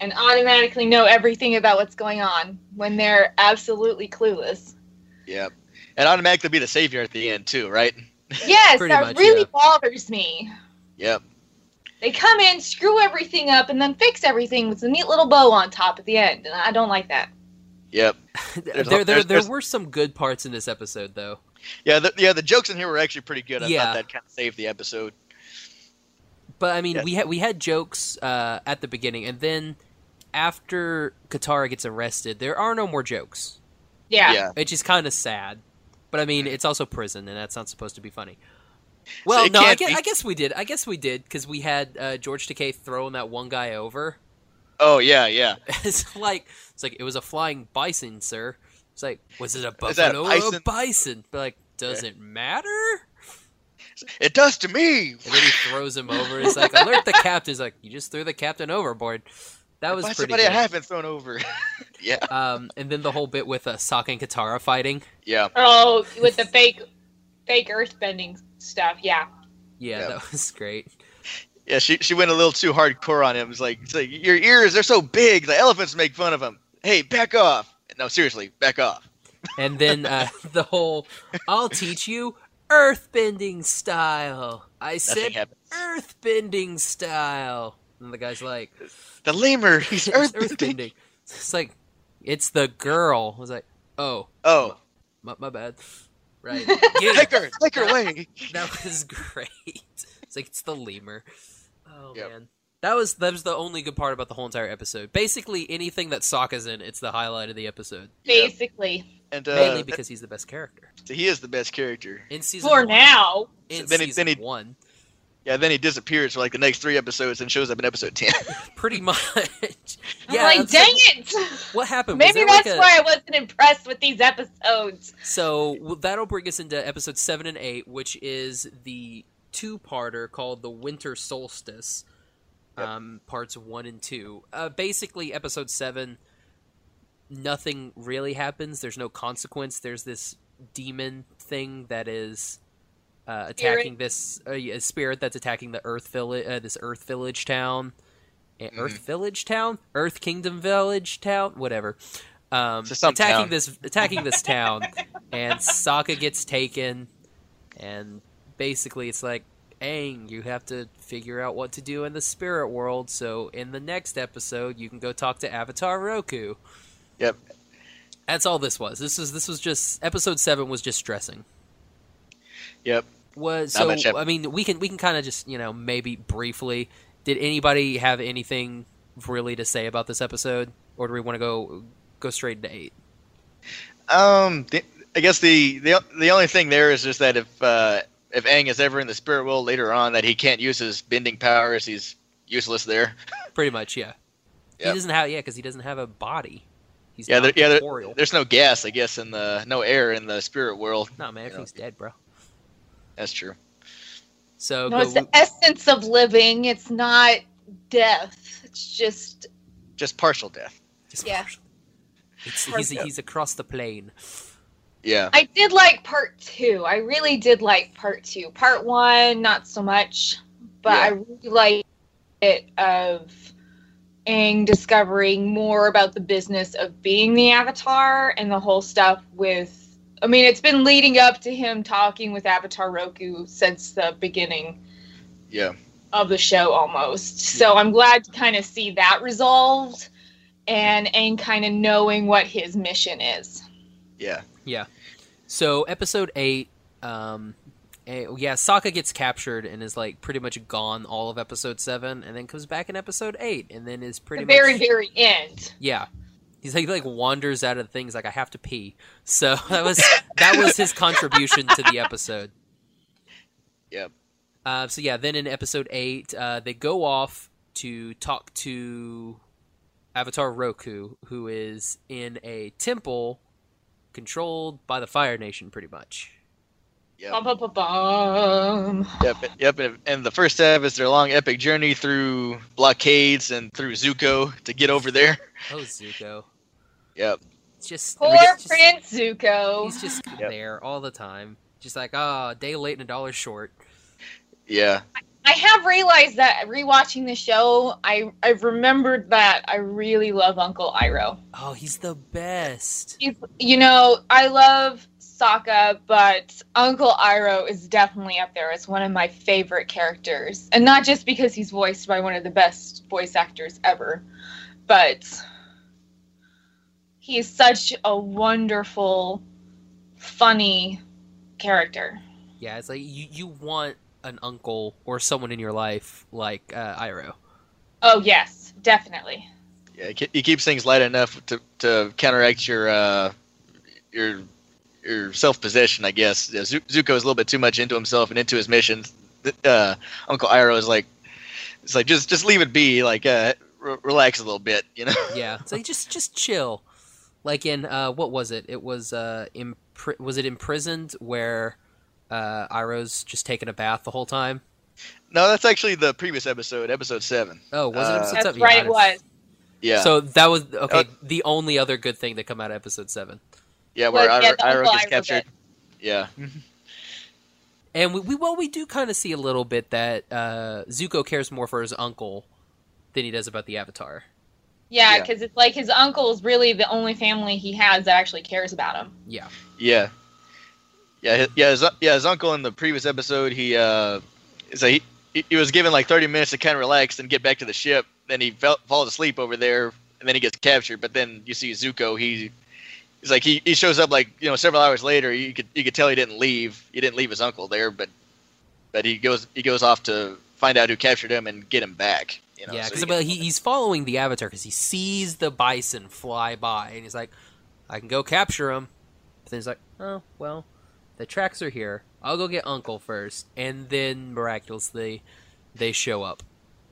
[SPEAKER 4] and automatically know everything about what's going on when they're absolutely clueless.
[SPEAKER 6] Yeah, and automatically be the savior at the end too, right?
[SPEAKER 4] Yes,
[SPEAKER 3] Pretty
[SPEAKER 4] that
[SPEAKER 3] much,
[SPEAKER 4] really
[SPEAKER 3] yeah.
[SPEAKER 4] bothers me.
[SPEAKER 6] Yep.
[SPEAKER 4] They come in, screw everything up, and then fix everything with a neat little bow on top at the end, and I don't like that.
[SPEAKER 6] Yep.
[SPEAKER 3] there,
[SPEAKER 6] There's-
[SPEAKER 3] there,
[SPEAKER 6] there's-
[SPEAKER 3] there
[SPEAKER 6] there's-
[SPEAKER 3] were some good parts in this episode, though.
[SPEAKER 6] Yeah. The, yeah. The jokes in here were actually pretty good. I
[SPEAKER 3] Yeah.
[SPEAKER 6] thought that kind of saved the episode.
[SPEAKER 3] But I mean,
[SPEAKER 6] Yeah.
[SPEAKER 3] we had we had jokes uh, at the beginning, and then after Katara gets arrested, there are no more jokes,
[SPEAKER 4] Yeah.
[SPEAKER 6] Yeah.
[SPEAKER 3] which is kind of sad. But I mean, it's also prison, and that's not supposed to be funny. Well,
[SPEAKER 6] it
[SPEAKER 3] no, I
[SPEAKER 6] can't
[SPEAKER 3] guess,
[SPEAKER 6] be-
[SPEAKER 3] I guess we did. I guess we did because we had uh, George Takei throwing that one guy over.
[SPEAKER 6] Oh yeah, yeah.
[SPEAKER 3] it's like it's like it was a flying bison, sir. It's like was it a
[SPEAKER 6] Is that a
[SPEAKER 3] buffalo or a
[SPEAKER 6] bison?
[SPEAKER 3] bison? But like, does it matter?
[SPEAKER 6] It does to me.
[SPEAKER 3] And then he throws him over. It's like alert the captain. He's like, you just threw the captain overboard. That was
[SPEAKER 6] Why
[SPEAKER 3] pretty.
[SPEAKER 6] somebody I
[SPEAKER 3] Good.
[SPEAKER 6] haven't thrown over. yeah.
[SPEAKER 3] Um, and then the whole bit with uh, Sokka and Katara fighting.
[SPEAKER 6] Yeah.
[SPEAKER 4] Oh, with the fake, fake earthbending stuff. Yeah.
[SPEAKER 3] Yeah,
[SPEAKER 6] Yeah.
[SPEAKER 3] that was great.
[SPEAKER 6] Yeah. She she went a little too hardcore on him. It's like, it's like your ears they're so big. The elephants make fun of them. Hey, back off. No, seriously, back off.
[SPEAKER 3] And then uh, the whole, I'll teach you earthbending style. I
[SPEAKER 6] Nothing
[SPEAKER 3] said
[SPEAKER 6] happened.
[SPEAKER 3] earthbending style. And the guy's like,
[SPEAKER 6] The lemur. He's
[SPEAKER 3] "It's
[SPEAKER 6] earth
[SPEAKER 3] earthbending. It's like, it's the girl. I was like, oh,
[SPEAKER 6] Oh,
[SPEAKER 3] my, my bad. Right.
[SPEAKER 6] take her, take her away.
[SPEAKER 3] that was great. It's like it's the lemur. Oh
[SPEAKER 6] Yep.
[SPEAKER 3] man, that was that was the only good part about the whole entire episode. Basically, anything that Sokka's in, it's the highlight of the episode.
[SPEAKER 6] Yeah.
[SPEAKER 4] Basically.
[SPEAKER 6] And uh,
[SPEAKER 3] Mainly because he's the best character
[SPEAKER 6] he is the best character.
[SPEAKER 3] in season
[SPEAKER 4] For
[SPEAKER 3] one,
[SPEAKER 4] now.
[SPEAKER 3] In
[SPEAKER 6] Then he-
[SPEAKER 3] season
[SPEAKER 6] then he-
[SPEAKER 3] one,
[SPEAKER 6] Yeah. Then he disappears for like the next three episodes and shows up in episode ten.
[SPEAKER 3] pretty much.
[SPEAKER 4] I'm
[SPEAKER 3] yeah,
[SPEAKER 4] like,
[SPEAKER 3] that's-
[SPEAKER 4] dang it!
[SPEAKER 3] What happened? Was
[SPEAKER 4] Maybe
[SPEAKER 3] there, like,
[SPEAKER 4] that's
[SPEAKER 3] a-
[SPEAKER 4] why I wasn't impressed with these episodes.
[SPEAKER 3] So well, that'll bring us into episode seven and eight, which is the two-parter called "The Winter Solstice,"
[SPEAKER 6] Yep.
[SPEAKER 3] um, parts one and two. Uh, basically, episode seven, nothing really happens. There's no consequence. There's this demon thing that is uh, attacking this uh, yeah, spirit that's attacking the Earth village, uh, this Earth village town, Eh, Earth village town, Earth Kingdom village town, whatever. Um,
[SPEAKER 6] So some
[SPEAKER 3] attacking
[SPEAKER 6] town.
[SPEAKER 3] this attacking this town, and Sokka gets taken, and basically it's like, Aang, you have to figure out what to do in the spirit world. So in the next episode, you can go talk to Avatar Roku.
[SPEAKER 6] Yep.
[SPEAKER 3] That's all this was. This is this was just episode seven was just stressing
[SPEAKER 6] Yep.
[SPEAKER 3] was
[SPEAKER 6] Not much
[SPEAKER 3] so
[SPEAKER 6] happened.
[SPEAKER 3] I mean we can we can kind of just you know maybe briefly did anybody have anything really to say about this episode or do we want to go go straight into 8
[SPEAKER 6] Um, the, I guess the, the the only thing there is just that if uh, if Aang is ever in the spirit world later on, that he can't use his bending powers. He's useless there.
[SPEAKER 3] pretty much yeah he
[SPEAKER 6] Yep.
[SPEAKER 3] doesn't have yeah cuz he doesn't have a body he's
[SPEAKER 6] Yeah,
[SPEAKER 3] not
[SPEAKER 6] there, yeah. There,
[SPEAKER 3] corporeal
[SPEAKER 6] there's no gas, I guess, in the no air in the spirit world.
[SPEAKER 3] no man everything's dead bro
[SPEAKER 6] That's true.
[SPEAKER 3] so
[SPEAKER 4] No,
[SPEAKER 3] go-
[SPEAKER 4] it's the essence of living. It's not death. It's just
[SPEAKER 6] Just partial death.
[SPEAKER 3] just-
[SPEAKER 4] yeah.
[SPEAKER 3] It's, he's, he's across the plane.
[SPEAKER 6] Yeah.
[SPEAKER 4] I did like part two. I really did like part two. Part one, not so much, but
[SPEAKER 6] Yeah.
[SPEAKER 4] I really liked it of Aang discovering more about the business of being the Avatar and the whole stuff with. I mean, it's been leading up to him talking with Avatar Roku since the beginning
[SPEAKER 6] Yeah.
[SPEAKER 4] of the show almost. So I'm glad to kind of see that resolved and Aang kind of knowing what his mission is.
[SPEAKER 6] Yeah.
[SPEAKER 3] Yeah. So episode eight, um, eh, yeah, Sokka gets captured and is like pretty much gone all of episode seven, and then comes back in episode eight, and then is pretty
[SPEAKER 4] the very,
[SPEAKER 3] much
[SPEAKER 4] very end.
[SPEAKER 3] yeah. He's like, like wanders out of things like I have to pee. So that was that was his contribution to the episode.
[SPEAKER 6] Yep.
[SPEAKER 3] Uh, so yeah, then in episode eight, uh, they go off to talk to Avatar Roku, who is in a temple controlled by the Fire Nation, pretty much.
[SPEAKER 6] Yep.
[SPEAKER 4] Bum, bum, bum, bum.
[SPEAKER 6] Yep. Yep. And, and the first step is their long epic journey through blockades and through Zuko to get over there.
[SPEAKER 3] Oh, Zuko,
[SPEAKER 6] Yep.
[SPEAKER 3] it's just
[SPEAKER 4] Poor
[SPEAKER 3] it's just-
[SPEAKER 4] Prince Zuko.
[SPEAKER 3] He's just
[SPEAKER 6] Yep.
[SPEAKER 3] there all the time, just like ah, day late and a dollar short.
[SPEAKER 6] Yeah.
[SPEAKER 4] I have realized that rewatching the show, I I've remembered that I really love Uncle Iroh.
[SPEAKER 3] Oh, he's the best.
[SPEAKER 4] He's, you know, I love Sokka, but Uncle Iroh is definitely up there as one of my favorite characters, and not just because he's voiced by one of the best voice actors ever, but he's such a wonderful, funny character.
[SPEAKER 3] Yeah, it's like you you want an uncle or someone in your life like uh, Iroh.
[SPEAKER 4] Oh yes, definitely.
[SPEAKER 6] Yeah. He ke- he keeps things light enough to, to counteract your uh, your your self possession, I guess. Yeah, Zu- Zuko is a little bit too much into himself and into his mission. Uh, Uncle Iroh is like, it's like just just leave it be. Like, uh, re- relax a little bit, you know.
[SPEAKER 3] Yeah, it's like just just chill. Like in uh, what was it? It was uh, impri- was it imprisoned where uh, Iroh's just taking a bath the whole time?
[SPEAKER 6] No, that's actually the previous episode, episode seven.
[SPEAKER 3] Oh, was it
[SPEAKER 6] Uh,
[SPEAKER 3] episode
[SPEAKER 4] That's
[SPEAKER 3] seven? Yeah,
[SPEAKER 4] right.
[SPEAKER 3] I
[SPEAKER 4] It
[SPEAKER 3] didn't-
[SPEAKER 4] was.
[SPEAKER 6] Yeah.
[SPEAKER 3] So that was okay.
[SPEAKER 6] Uh,
[SPEAKER 3] the only other good thing that come out of episode seven,
[SPEAKER 6] yeah, where
[SPEAKER 4] Well,
[SPEAKER 6] Iroh,
[SPEAKER 4] yeah, the
[SPEAKER 6] Iroh
[SPEAKER 4] Uncle
[SPEAKER 6] gets
[SPEAKER 4] Iroh
[SPEAKER 6] captured. Yeah.
[SPEAKER 3] and we, we well we do kind of see a little bit that uh, Zuko cares more for his uncle than he does about the Avatar.
[SPEAKER 4] Yeah,
[SPEAKER 6] Yeah.
[SPEAKER 4] because it's like his uncle is really the only family he has that actually cares about him.
[SPEAKER 3] Yeah,
[SPEAKER 6] Yeah, yeah, hi- yeah. His, yeah, his uncle in the previous episode, he uh, so he he- he was given like thirty minutes to kind of relax and get back to the ship. Then he fell, falls asleep over there, and then he gets captured. But then you see Zuko. He he's like he, he shows up like you know several hours later. You could you could tell he didn't leave. He didn't leave his uncle there, but but he goes he goes off to find out who captured him and get him back. You know,
[SPEAKER 3] yeah,
[SPEAKER 6] so
[SPEAKER 3] because
[SPEAKER 6] you
[SPEAKER 3] well,
[SPEAKER 6] get-
[SPEAKER 3] he, he's following the Avatar because he sees the bison fly by, and he's like, "I can go capture him." But then he's like, "Oh well, the tracks are here. I'll go get Uncle first, and then miraculously, they show up.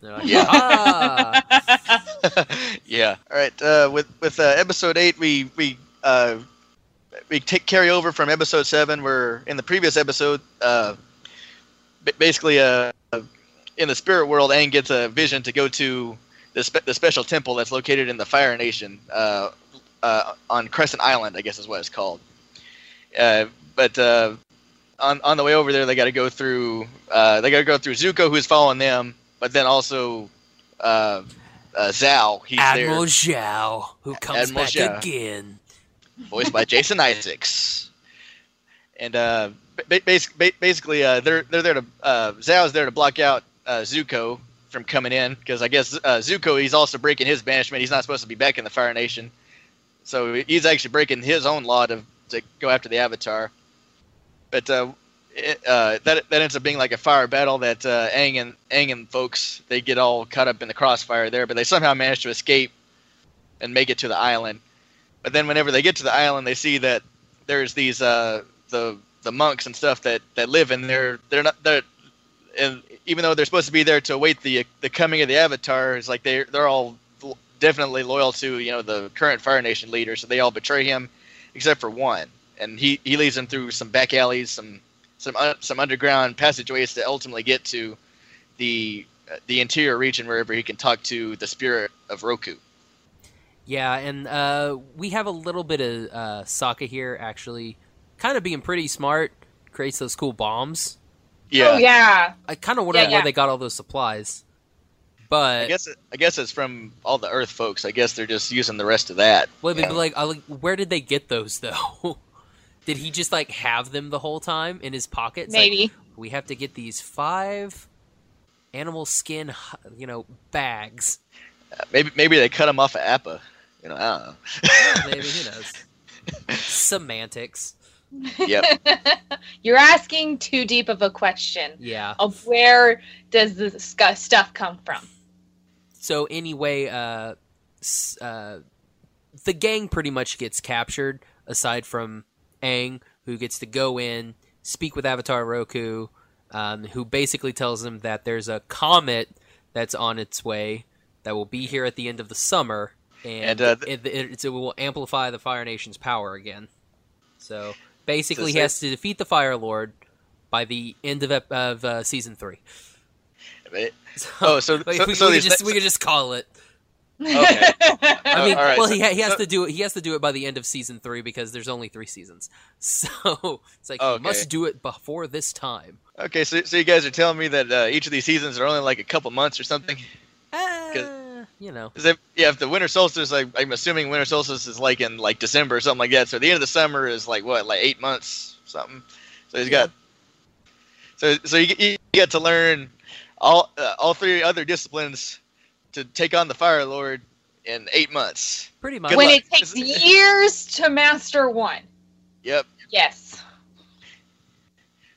[SPEAKER 3] And they're like,
[SPEAKER 6] Yeah.
[SPEAKER 3] "Ah!"
[SPEAKER 6] yeah. All right. Uh, with with uh, episode eight, we we uh, we take carry over from episode seven, where in the previous episode, uh, b- basically, uh, in the spirit world, Aang gets a vision to go to the, spe- the special temple that's located in the Fire Nation uh, uh, on Crescent Island, I guess is what it's called. Uh, but uh, on on the way over there, they got to go through uh, they got to go through Zuko, who's following them, but then also. Uh, uh, Zhao. He's
[SPEAKER 3] Admiral Zhao, who comes
[SPEAKER 6] Admiral
[SPEAKER 3] back
[SPEAKER 6] Zhao.
[SPEAKER 3] again.
[SPEAKER 6] there, voiced by Jason Isaacs. And uh, ba- bas- ba- basically, uh, they're they're there to uh, Zhao's there to block out uh, Zuko from coming in because I guess uh, Zuko he's also breaking his banishment. He's not supposed to be back in the Fire Nation, so he's actually breaking his own law to to go after the Avatar. But uh, it, uh, that that ends up being like a fire battle that uh, Aang and Aang and folks they get all caught up in the crossfire there, but they somehow manage to escape and make it to the island. But then whenever they get to the island, they see that there's these uh, the the monks and stuff that that live in there. They're not they're and even though they're supposed to be there to await the the coming of the Avatar, it's like they they're all lo- definitely loyal to you know the current Fire Nation leader. So they all betray him, except for one, and he he leads them through some back alleys, some some un, some underground passageways to ultimately get to the uh, the interior region wherever he can talk to the spirit of Roku.
[SPEAKER 3] Yeah, and uh, we have a little bit of uh, Sokka here actually, kind of being pretty smart. Creates those cool bombs.
[SPEAKER 6] Yeah.
[SPEAKER 7] Oh yeah.
[SPEAKER 3] I kind of wonder
[SPEAKER 7] Yeah,
[SPEAKER 3] where
[SPEAKER 7] yeah.
[SPEAKER 3] they got all those supplies.
[SPEAKER 6] I
[SPEAKER 3] But
[SPEAKER 6] guess it, I guess it's from all the Earth folks. I guess they're just using the rest of that.
[SPEAKER 3] Well,
[SPEAKER 6] Yeah.
[SPEAKER 3] but like, I, like, where did they get those though? did he just like have them the whole time in his pocket? It's like,
[SPEAKER 7] Maybe.
[SPEAKER 3] we have to get these five animal skin, h- you know, bags.
[SPEAKER 6] Maybe maybe they cut them off of Appa. You know, I don't know.
[SPEAKER 3] Maybe who knows? Semantics.
[SPEAKER 6] Yep.
[SPEAKER 7] You're asking too deep of a question
[SPEAKER 3] Yeah.
[SPEAKER 7] of where does this sc- stuff come from?
[SPEAKER 3] So anyway, uh, s- uh, the gang pretty much gets captured, aside from Aang, who gets to go in, speak with Avatar Roku, um, who basically tells him that there's a comet that's on its way that will be here at the end of the summer, and,
[SPEAKER 6] And, uh,
[SPEAKER 3] it, it, it's- it will amplify the Fire Nation's power again. So basically,
[SPEAKER 6] So
[SPEAKER 3] he
[SPEAKER 6] say-
[SPEAKER 3] has to defeat the Fire Lord by the end of, ep- of uh, season three.
[SPEAKER 6] But-
[SPEAKER 3] So,
[SPEAKER 6] Oh, so-
[SPEAKER 3] we,
[SPEAKER 6] so-
[SPEAKER 3] we-
[SPEAKER 6] so
[SPEAKER 3] we could
[SPEAKER 6] these
[SPEAKER 3] just
[SPEAKER 6] ne-
[SPEAKER 3] we could just call it.
[SPEAKER 6] okay.
[SPEAKER 3] I
[SPEAKER 6] Oh,
[SPEAKER 3] mean,
[SPEAKER 6] all right,
[SPEAKER 3] well,
[SPEAKER 6] so-
[SPEAKER 3] he, ha- he has
[SPEAKER 6] so-
[SPEAKER 3] to do it. He has to do it by the end of season three because there's only three seasons. So it's like you
[SPEAKER 6] Okay.
[SPEAKER 3] must do it before this time.
[SPEAKER 6] Okay. So, so you guys are telling me that uh, each of these seasons are only like a couple months or something?
[SPEAKER 3] Uh, you know,
[SPEAKER 6] 'Cause if, yeah, if the winter solstice, like, I'm assuming winter solstice is like in like December or something like that. So the end of the summer is like what, like eight months, something. So he's got. So so you, you get to learn all uh, all three other disciplines to take on the Fire Lord in eight months.
[SPEAKER 3] pretty much.
[SPEAKER 6] Good
[SPEAKER 7] when
[SPEAKER 6] luck.
[SPEAKER 7] it takes years to master one.
[SPEAKER 6] Yep.
[SPEAKER 7] Yes.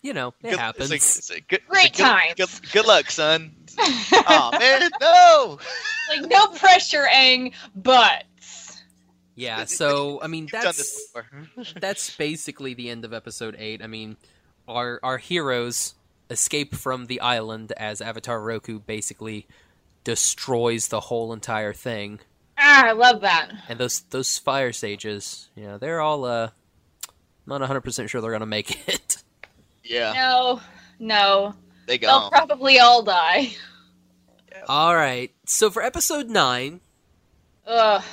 [SPEAKER 3] you know, it
[SPEAKER 6] Good-
[SPEAKER 3] happens.
[SPEAKER 6] it's a- it's a good- it's a
[SPEAKER 7] Great
[SPEAKER 6] good-
[SPEAKER 7] times.
[SPEAKER 6] Good, good luck, son. oh man, no.
[SPEAKER 7] Like no pressure, Aang, but
[SPEAKER 3] yeah. So I mean,
[SPEAKER 6] You've done this
[SPEAKER 3] that's
[SPEAKER 6] before.
[SPEAKER 3] that's basically the end of episode eight. I mean, our our heroes escape from the island as Avatar Roku basically destroys the whole entire thing.
[SPEAKER 7] ah, I love that.
[SPEAKER 3] And those those fire sages, you know, they're all uh not 100% sure they're going to make it.
[SPEAKER 6] Yeah,
[SPEAKER 7] No, no,
[SPEAKER 6] they go.
[SPEAKER 7] they'll probably all die.
[SPEAKER 3] All right. So for episode 9,
[SPEAKER 7] Ugh.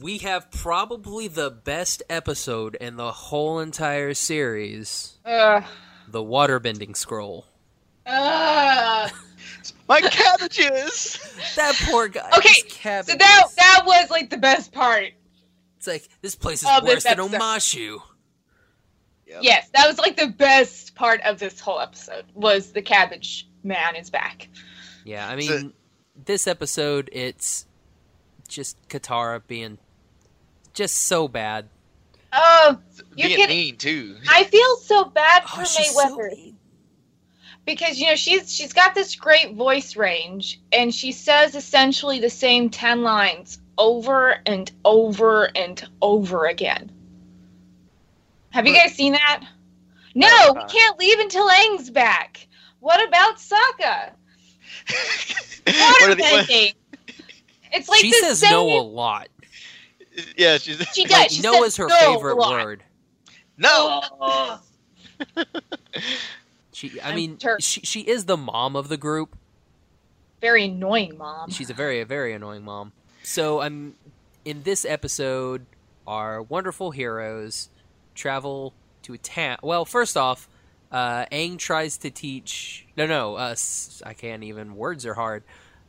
[SPEAKER 3] we have probably the best episode in the whole entire series,
[SPEAKER 7] Ugh.
[SPEAKER 3] The Waterbending Scroll.
[SPEAKER 7] Ugh.
[SPEAKER 6] My cabbages.
[SPEAKER 3] That poor guy.
[SPEAKER 7] Okay,
[SPEAKER 3] his cabbages.
[SPEAKER 7] So that that was like the best part.
[SPEAKER 3] It's like this place is
[SPEAKER 7] Oh,
[SPEAKER 3] worse
[SPEAKER 7] this
[SPEAKER 3] than
[SPEAKER 7] episode.
[SPEAKER 3] Omashu.
[SPEAKER 6] Yep.
[SPEAKER 7] Yes, that was like the best part of this whole episode was the cabbage man is back.
[SPEAKER 3] Yeah, I mean,
[SPEAKER 6] So-
[SPEAKER 3] this episode it's just Katara being just so bad.
[SPEAKER 7] Oh, you
[SPEAKER 6] Being
[SPEAKER 7] get-
[SPEAKER 6] mean too.
[SPEAKER 7] I feel so bad for
[SPEAKER 3] Oh, she's so
[SPEAKER 7] Mayweather because you know she's she's got this great voice range and she says essentially the same 10 lines over and over and over again. Have you guys seen that? No, we
[SPEAKER 6] uh.
[SPEAKER 7] can't leave until Aang's back. What about Sokka?
[SPEAKER 6] What are the- what-
[SPEAKER 7] Waterbending. It's like
[SPEAKER 3] she
[SPEAKER 7] the
[SPEAKER 3] says
[SPEAKER 7] same-
[SPEAKER 3] no a lot.
[SPEAKER 6] yeah, she's
[SPEAKER 7] She does.
[SPEAKER 3] Like,
[SPEAKER 7] she
[SPEAKER 3] no
[SPEAKER 7] says
[SPEAKER 3] is her
[SPEAKER 7] no
[SPEAKER 3] favorite
[SPEAKER 7] a lot.
[SPEAKER 3] word.
[SPEAKER 6] no.
[SPEAKER 7] Ugh.
[SPEAKER 3] She, I
[SPEAKER 7] I'm
[SPEAKER 3] mean,
[SPEAKER 7] sure.
[SPEAKER 3] she, she is the mom of the group.
[SPEAKER 7] Very annoying, mom.
[SPEAKER 3] She's a very, very annoying mom. So I'm in this episode. Our wonderful heroes travel to a town. Well, first off, uh, Aang tries to teach. No, no, uh, s- I can't even. Words are hard.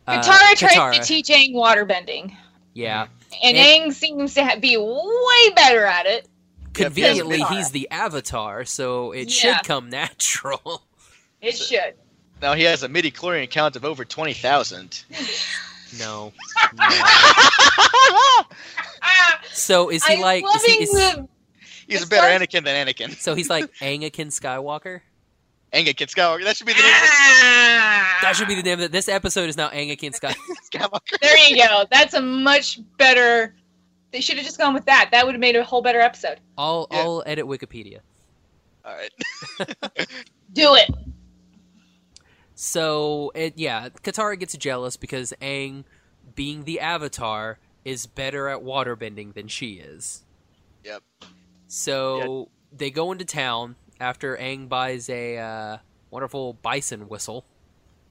[SPEAKER 3] Uh,
[SPEAKER 7] Katara tries to
[SPEAKER 3] Katara.
[SPEAKER 7] teach Aang waterbending,
[SPEAKER 3] Yeah,
[SPEAKER 7] and
[SPEAKER 3] And-
[SPEAKER 7] Aang seems to ha- be way better at it.
[SPEAKER 3] conveniently,
[SPEAKER 7] Katara.
[SPEAKER 3] he's the Avatar, so it
[SPEAKER 7] Yeah.
[SPEAKER 3] should come natural.
[SPEAKER 7] It should.
[SPEAKER 6] Now he has a midi chlorian count of over twenty thousand.
[SPEAKER 3] no. no.
[SPEAKER 7] Ah,
[SPEAKER 3] So is he
[SPEAKER 7] I'm
[SPEAKER 3] like? Is
[SPEAKER 7] loving
[SPEAKER 3] he, is,
[SPEAKER 7] the.
[SPEAKER 6] He's a
[SPEAKER 7] It's
[SPEAKER 6] better
[SPEAKER 7] like-
[SPEAKER 6] Anakin than Anakin.
[SPEAKER 3] so he's like Anakin Skywalker.
[SPEAKER 6] Anakin Skywalker. That should be the name of
[SPEAKER 7] Ah,
[SPEAKER 3] That should be the name of it. This episode is now Anakin Sky.
[SPEAKER 6] Skywalker.
[SPEAKER 7] There you go. That's a much better. They should have just gone with that. That would have made a whole better episode.
[SPEAKER 3] I'll
[SPEAKER 6] Yeah.
[SPEAKER 3] I'll edit Wikipedia.
[SPEAKER 6] All right.
[SPEAKER 7] Do it.
[SPEAKER 3] So it yeah, Katara gets jealous because Aang, being the Avatar, is better at waterbending than she is.
[SPEAKER 6] Yep.
[SPEAKER 3] So they go into town after Aang buys a uh, wonderful bison whistle.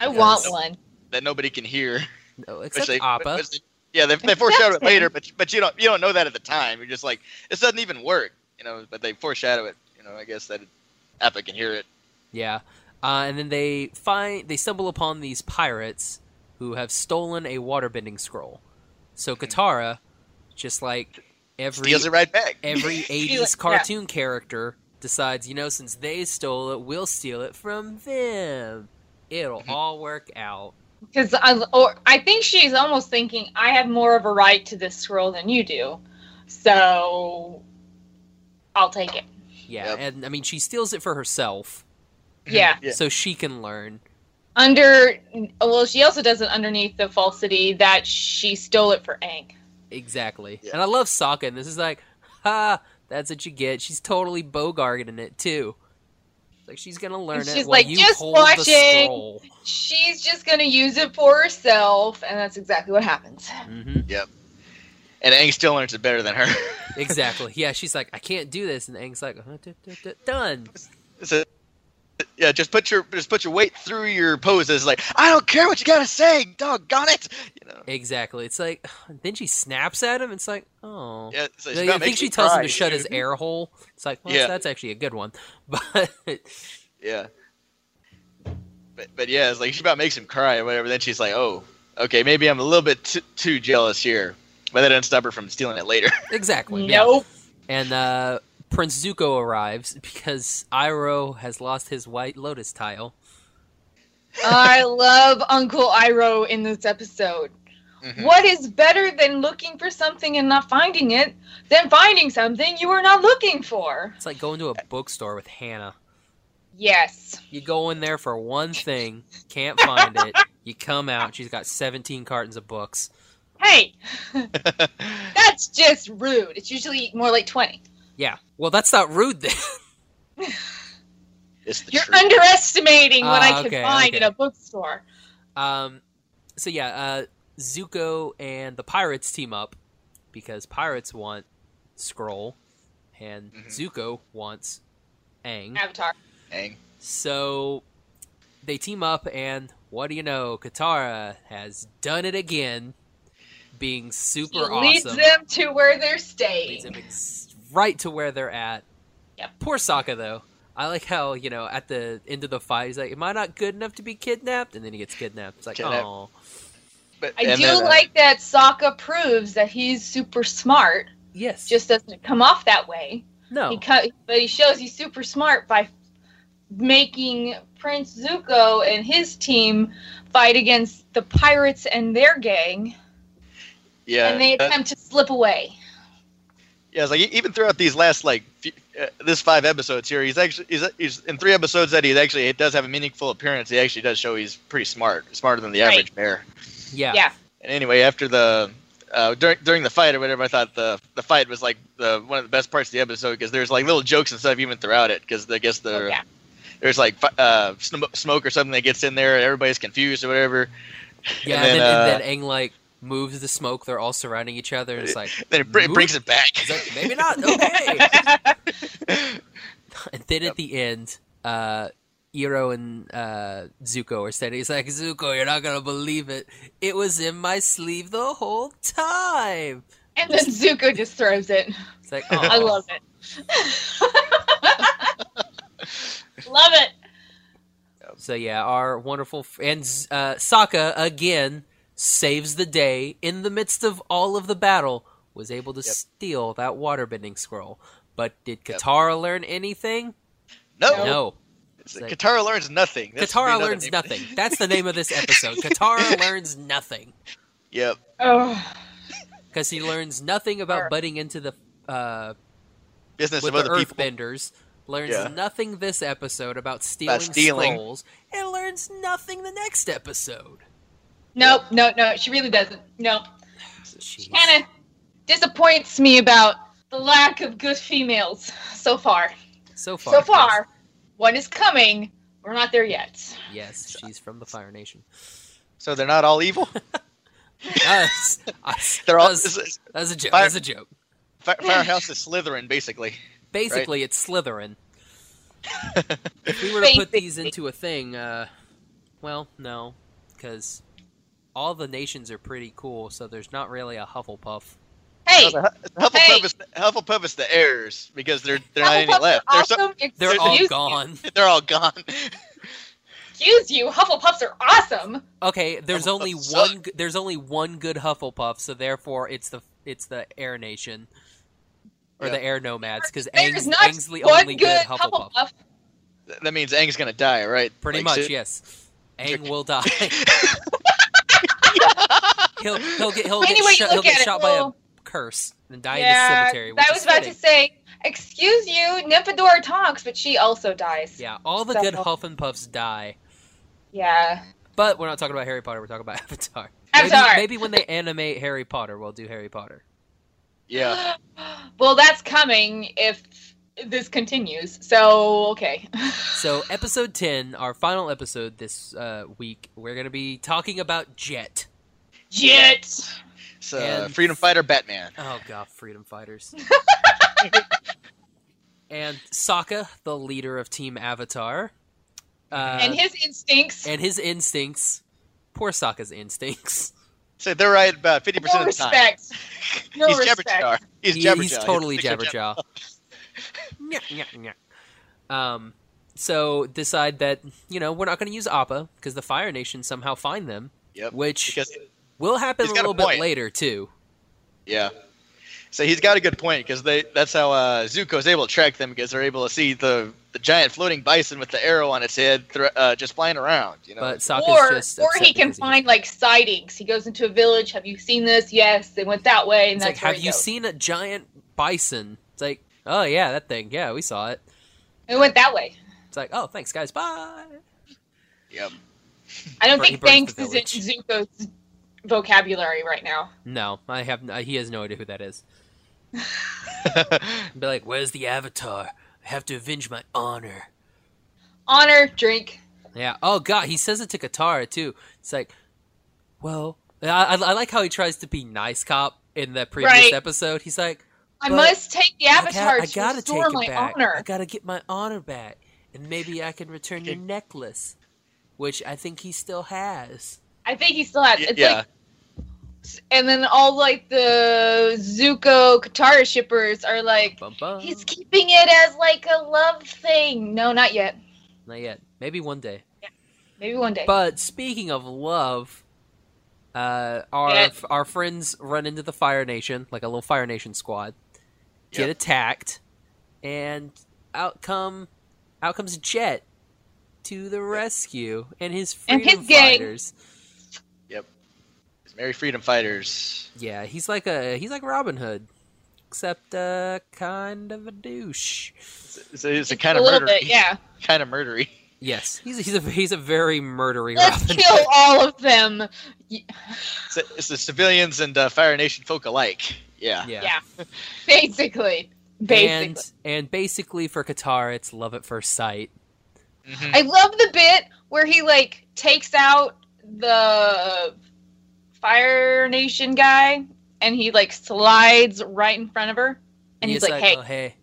[SPEAKER 7] I
[SPEAKER 3] Yes.
[SPEAKER 7] want one.
[SPEAKER 6] That nobody can hear.
[SPEAKER 3] No,
[SPEAKER 6] Which
[SPEAKER 3] except
[SPEAKER 6] they,
[SPEAKER 3] Appa.
[SPEAKER 6] which they- Yeah, they, they foreshadow it later, but but you don't you don't know that at the time. You're just like this doesn't even work, you know. But they foreshadow it, you know. I guess that Appa can hear it.
[SPEAKER 3] Yeah. Uh, and then they find they stumble upon these pirates who have stolen a waterbending scroll. So Katara, just like every
[SPEAKER 6] Hmm. Steals it right back.
[SPEAKER 3] every
[SPEAKER 7] Steal
[SPEAKER 3] 80s
[SPEAKER 7] it,
[SPEAKER 3] cartoon character decides, you know, since they stole it, we'll steal it from them.
[SPEAKER 7] Mm-hmm.
[SPEAKER 3] It'll all work out.
[SPEAKER 7] Because I, or I think she's almost thinking I have more of a right to this scroll than you do, so I'll take it.
[SPEAKER 3] Yeah.
[SPEAKER 6] Yep.
[SPEAKER 3] And I mean, she steals it for herself Mm-hmm.
[SPEAKER 7] Yeah,
[SPEAKER 6] Yeah.
[SPEAKER 3] so she can learn.
[SPEAKER 7] under well, she also does it underneath the falsity that she stole it for Aang.
[SPEAKER 3] Exactly.
[SPEAKER 6] Yeah.
[SPEAKER 3] And I love Sokka, and this is like, ha, that's what you get. She's totally bogarting it, too. Like, she's going to learn
[SPEAKER 7] And
[SPEAKER 3] it
[SPEAKER 7] she's
[SPEAKER 3] while
[SPEAKER 7] like,
[SPEAKER 3] you
[SPEAKER 7] "Just
[SPEAKER 3] hold the
[SPEAKER 7] watching."
[SPEAKER 3] scroll.
[SPEAKER 7] She's just gonna use it for herself, and that's exactly what happens.
[SPEAKER 3] hmm
[SPEAKER 6] And Aang still learns it better than her.
[SPEAKER 3] Exactly. Yeah, she's like, I can't do this. And Aang's like, "Uh, duh, duh, duh, done.
[SPEAKER 6] So, yeah, just put your just put your weight through your poses. Like I don't care what you gotta say, doggone it. You know.
[SPEAKER 3] Exactly. It's like, then she snaps at him. It's like, oh.
[SPEAKER 6] Yeah, so
[SPEAKER 3] Like,
[SPEAKER 6] about
[SPEAKER 3] I think
[SPEAKER 6] makes
[SPEAKER 3] she
[SPEAKER 6] me
[SPEAKER 3] tells him
[SPEAKER 6] cry,
[SPEAKER 3] to shut
[SPEAKER 6] dude.
[SPEAKER 3] his air hole. It's like, well,
[SPEAKER 6] Yeah.
[SPEAKER 3] that's actually a good one. But
[SPEAKER 6] Yeah. But but yeah, it's like she about makes him cry or whatever. Then she's like, oh, okay, maybe I'm a little bit t- too jealous here, but that doesn't stop her from stealing it later.
[SPEAKER 3] exactly. yeah.
[SPEAKER 7] Nope.
[SPEAKER 3] And uh, Prince Zuko arrives because Iroh has lost his white lotus tile.
[SPEAKER 7] I love Uncle Iroh in this episode. What is better than looking for something and not finding it than finding something you are not looking for?
[SPEAKER 3] It's like going to a bookstore with Hannah.
[SPEAKER 7] Yes.
[SPEAKER 3] You go in there for one thing, can't find it. You come out, she's got 17 cartons of books.
[SPEAKER 7] Hey, that's just rude. It's usually more like 20.
[SPEAKER 3] Yeah. Well, that's not rude then.
[SPEAKER 6] It's the
[SPEAKER 7] You're
[SPEAKER 6] truth.
[SPEAKER 7] underestimating what
[SPEAKER 3] Ah,
[SPEAKER 7] I can
[SPEAKER 3] okay,
[SPEAKER 7] find
[SPEAKER 3] okay.
[SPEAKER 7] in a bookstore.
[SPEAKER 3] Um, so yeah, uh, Zuko and the pirates team up because pirates want Scroll, and
[SPEAKER 7] Mm-hmm.
[SPEAKER 6] Mhm.
[SPEAKER 3] Zuko wants Aang.
[SPEAKER 7] Avatar.
[SPEAKER 6] Aang.
[SPEAKER 3] So they team up, and what do you know? Katara has done it again, being
[SPEAKER 7] He
[SPEAKER 3] super
[SPEAKER 7] leads
[SPEAKER 3] awesome.
[SPEAKER 7] them to where they're
[SPEAKER 3] Leads
[SPEAKER 7] staying.
[SPEAKER 3] them ex- right to where they're at.
[SPEAKER 7] Yep.
[SPEAKER 3] Poor Sokka though. I like how you know at the end of the fight he's like, "Am I not good enough to be kidnapped?" And then he gets kidnapped. It's like,
[SPEAKER 6] Kidnapped.
[SPEAKER 3] oh,
[SPEAKER 6] But
[SPEAKER 7] I
[SPEAKER 6] and
[SPEAKER 7] do
[SPEAKER 6] then, uh,
[SPEAKER 7] like that Sokka proves that he's super smart,
[SPEAKER 3] yes,
[SPEAKER 7] just doesn't come off that way.
[SPEAKER 3] no.
[SPEAKER 7] He cut, but he shows he's super smart by making Prince Zuko and his team fight against the pirates and their gang,
[SPEAKER 6] yeah,
[SPEAKER 7] and they
[SPEAKER 6] uh,
[SPEAKER 7] attempt to slip away.
[SPEAKER 6] yeah. It's like e- even throughout these last like few, uh, this five episodes here, he's actually he's, he's in three episodes that he actually it does have a meaningful appearance. He actually does show he's pretty smart, smarter than the
[SPEAKER 7] Right.
[SPEAKER 6] average bear.
[SPEAKER 3] Yeah.
[SPEAKER 7] Yeah.
[SPEAKER 6] And anyway, after the uh, during during the fight or whatever, I thought the the fight was like the one of the best parts of the episode because there's like little jokes and stuff even throughout it because I guess the
[SPEAKER 7] Oh, Yeah.
[SPEAKER 6] there's like fi- uh, sm- smoke or something that gets in there and everybody's confused or whatever.
[SPEAKER 3] Yeah,
[SPEAKER 6] And
[SPEAKER 3] and then,
[SPEAKER 6] then, uh,
[SPEAKER 3] and then Aang like moves the smoke. They're all surrounding each other, and it's like,
[SPEAKER 6] Then it, br- it
[SPEAKER 3] Nope.
[SPEAKER 6] brings it back.
[SPEAKER 3] it's like, maybe not. Okay. and then at the end, uh, Iro and uh, Zuko are standing. He's like, Zuko, you're not gonna believe it. It was in my sleeve the whole time.
[SPEAKER 7] And then Zuko just throws it.
[SPEAKER 3] It's like, aw.
[SPEAKER 7] I love it. love it.
[SPEAKER 3] So yeah, our wonderful f- and uh, Sokka again saves the day in the midst of all of the battle. Was able to
[SPEAKER 6] Yep.
[SPEAKER 3] steal that waterbending scroll. But did
[SPEAKER 6] Yep. Oh!
[SPEAKER 3] Katara learn anything?
[SPEAKER 6] no,
[SPEAKER 3] No.
[SPEAKER 6] It's
[SPEAKER 3] It's
[SPEAKER 6] like
[SPEAKER 3] like-
[SPEAKER 6] Katara learns nothing. That's
[SPEAKER 3] Katara
[SPEAKER 6] another
[SPEAKER 3] learns
[SPEAKER 6] name.
[SPEAKER 3] nothing. That's the name of this episode. Katara learns nothing
[SPEAKER 6] Yep.
[SPEAKER 7] Oh,
[SPEAKER 3] because he learns nothing about
[SPEAKER 7] Sure.
[SPEAKER 3] butting into the uh,
[SPEAKER 6] Business
[SPEAKER 3] with
[SPEAKER 6] of
[SPEAKER 3] the
[SPEAKER 6] other people.
[SPEAKER 3] Earthbenders. Learns
[SPEAKER 6] Yeah.
[SPEAKER 3] nothing this episode about stealing,
[SPEAKER 6] stealing.
[SPEAKER 3] scrolls, and learns nothing the next episode.
[SPEAKER 7] nope, no, no. She really doesn't. Nope.
[SPEAKER 3] Jeez.
[SPEAKER 7] kind of disappoints me about the lack of good females so far.
[SPEAKER 3] So far,
[SPEAKER 7] so far, one is coming. We're not there yet.
[SPEAKER 3] yes, yes, she's from the Fire Nation.
[SPEAKER 6] So they're not all evil.
[SPEAKER 3] Us, us,
[SPEAKER 6] They're all
[SPEAKER 3] us.
[SPEAKER 6] it's- it's-
[SPEAKER 3] That's a joke.
[SPEAKER 6] Fire-
[SPEAKER 3] That's a joke.
[SPEAKER 6] Fi- Firehouse is Slytherin basically.
[SPEAKER 3] Basically, it's Slytherin. if we were to put these
[SPEAKER 7] Basically.
[SPEAKER 3] into a thing, uh, well, no, because all the nations are pretty cool, so there's not really a Hufflepuff.
[SPEAKER 7] Hey,
[SPEAKER 6] No, the Hu- Hufflepuff,
[SPEAKER 7] Hey.
[SPEAKER 6] is, Hufflepuff is the heirs because they're they're not
[SPEAKER 7] Hufflepuffs
[SPEAKER 6] any
[SPEAKER 7] are
[SPEAKER 6] left. They're, so-
[SPEAKER 7] awesome.
[SPEAKER 3] They're
[SPEAKER 7] Excuse
[SPEAKER 3] all
[SPEAKER 7] you.
[SPEAKER 3] gone.
[SPEAKER 6] they're all gone.
[SPEAKER 7] Excuse you, Hufflepuffs are awesome.
[SPEAKER 3] Okay, there's
[SPEAKER 6] Hufflepuffs
[SPEAKER 3] only
[SPEAKER 6] suck.
[SPEAKER 3] one. g- There's only one good Hufflepuff, so therefore it's the it's the Air Nation or
[SPEAKER 6] Yeah.
[SPEAKER 3] the Air Nomads because
[SPEAKER 7] There's not
[SPEAKER 3] Angsley
[SPEAKER 7] one
[SPEAKER 3] only good Hufflepuff.
[SPEAKER 6] Th- that means Aang's gonna die, right?
[SPEAKER 3] Pretty
[SPEAKER 6] Like,
[SPEAKER 3] much,
[SPEAKER 6] shit.
[SPEAKER 3] yes. Aang will die. he'll he'll get he'll
[SPEAKER 7] Any
[SPEAKER 3] get,
[SPEAKER 7] way you
[SPEAKER 3] shot, he'll
[SPEAKER 7] look
[SPEAKER 3] get
[SPEAKER 7] at it,
[SPEAKER 3] shot by a
[SPEAKER 7] well-
[SPEAKER 3] curse and die in the
[SPEAKER 7] yeah,
[SPEAKER 3] cemetery. Which
[SPEAKER 7] I was
[SPEAKER 3] is
[SPEAKER 7] about
[SPEAKER 3] fitting.
[SPEAKER 7] to say, excuse you, Nymphadora talks, but she also dies.
[SPEAKER 3] Yeah, all the good
[SPEAKER 7] So-
[SPEAKER 3] Huff and Puffs die,
[SPEAKER 7] Yeah.
[SPEAKER 3] but we're not talking about Harry Potter. We're talking about Avatar.
[SPEAKER 7] Avatar.
[SPEAKER 3] Maybe, maybe when they animate Harry Potter, we'll do Harry Potter.
[SPEAKER 6] Yeah.
[SPEAKER 7] Well, that's coming if this continues. So, okay.
[SPEAKER 3] So, episode 10, our final episode this uh, week, we're going to be talking about Jet.
[SPEAKER 7] Jet.
[SPEAKER 6] So uh,
[SPEAKER 3] And-
[SPEAKER 6] freedom fighter Batman.
[SPEAKER 3] Oh, God, freedom fighters. and Sokka, the leader of Team Avatar. Uh,
[SPEAKER 7] and his instincts.
[SPEAKER 3] and his instincts. Poor Sokka's instincts.
[SPEAKER 6] So they're right about fifty
[SPEAKER 7] no
[SPEAKER 6] percent of the time.
[SPEAKER 7] respect. No
[SPEAKER 6] he's
[SPEAKER 7] respect.
[SPEAKER 6] Jabberjaw. He's
[SPEAKER 3] He-
[SPEAKER 6] Jabberjaw.
[SPEAKER 3] he's totally
[SPEAKER 6] He's a picture of
[SPEAKER 3] Jabberjaw. Nyah, nyah, nyah. um, so decide that you know we're not going to use Appa because the Fire Nation somehow find them,
[SPEAKER 6] Yep.
[SPEAKER 3] which
[SPEAKER 6] Because
[SPEAKER 3] will happen a
[SPEAKER 6] he's got a
[SPEAKER 3] little bit
[SPEAKER 6] point.
[SPEAKER 3] later too.
[SPEAKER 6] yeah. So he's got a good point because they that's how uh, Zuko's able to track them because they're able to see the, the giant floating bison with the arrow on its head thr uh, just flying around. You know.
[SPEAKER 3] But Sokka's
[SPEAKER 7] Or,
[SPEAKER 3] just
[SPEAKER 7] or
[SPEAKER 3] upset
[SPEAKER 7] he can
[SPEAKER 3] because
[SPEAKER 7] find like sightings. He goes into a village. Have you seen this? Yes, they went that way, and
[SPEAKER 3] It's like,
[SPEAKER 7] that's
[SPEAKER 3] have
[SPEAKER 7] where
[SPEAKER 3] you seen a giant bison? It's like, oh yeah, that thing. Yeah, we saw it.
[SPEAKER 7] It went that way.
[SPEAKER 3] It's like, oh, thanks guys, bye.
[SPEAKER 6] yep.
[SPEAKER 7] I don't
[SPEAKER 3] Bur-
[SPEAKER 7] think
[SPEAKER 3] burns
[SPEAKER 7] thanks
[SPEAKER 3] the
[SPEAKER 7] is in Zuko's vocabulary right now.
[SPEAKER 3] No, I have. n- He has no idea who that is. Be like, where's the Avatar? I have to avenge my honor.
[SPEAKER 7] Honor, drink.
[SPEAKER 3] Yeah. Oh God, he says it to Katara too. It's like, well, I, I, I like how he tries to be nice cop in the previous
[SPEAKER 7] Right.
[SPEAKER 3] episode. He's like,
[SPEAKER 7] I
[SPEAKER 3] But
[SPEAKER 7] must take the
[SPEAKER 3] I,
[SPEAKER 7] avatar
[SPEAKER 3] got, I
[SPEAKER 7] to
[SPEAKER 3] gotta
[SPEAKER 7] restore
[SPEAKER 3] take
[SPEAKER 7] my
[SPEAKER 3] it back.
[SPEAKER 7] honor.
[SPEAKER 3] I gotta get my honor back, and maybe I can return your necklace, which I think he still has.
[SPEAKER 7] I think he still has.
[SPEAKER 6] Y-
[SPEAKER 7] It's
[SPEAKER 6] yeah.
[SPEAKER 7] like, and then all like the Zuko Katara shippers are like,
[SPEAKER 3] Bum, bum.
[SPEAKER 7] he's keeping it as like a love thing. No, not yet.
[SPEAKER 3] Not yet. Maybe one day.
[SPEAKER 7] Maybe one day.
[SPEAKER 3] But speaking of love, uh, our
[SPEAKER 7] Yeah.
[SPEAKER 3] our friends run into the Fire Nation, like a little Fire Nation squad, get
[SPEAKER 6] Yep.
[SPEAKER 3] attacked, and out come out comes Jet to the rescue and his
[SPEAKER 7] And
[SPEAKER 3] freedom
[SPEAKER 7] his gang.
[SPEAKER 3] fighters.
[SPEAKER 6] Merry freedom fighters.
[SPEAKER 3] Yeah, he's like a he's like Robin Hood, except uh, kind of a douche.
[SPEAKER 6] So it's a kind of
[SPEAKER 7] a little
[SPEAKER 6] murder.
[SPEAKER 7] bit, yeah.
[SPEAKER 6] Kind of murdery.
[SPEAKER 3] Yes, he's he's a he's a very murdery
[SPEAKER 7] Let's
[SPEAKER 3] Robin.
[SPEAKER 7] kill all of them. Y-
[SPEAKER 6] It's, it's the civilians and uh, Fire Nation folk alike. Yeah.
[SPEAKER 3] Yeah.
[SPEAKER 7] Yeah, basically, basically.
[SPEAKER 3] And and basically for Katara, it's love at first sight.
[SPEAKER 6] Mhm.
[SPEAKER 7] I love the bit where he like takes out the Fire Nation guy and he like slides right in front of her and he's, like, "Hey,
[SPEAKER 3] oh, hey.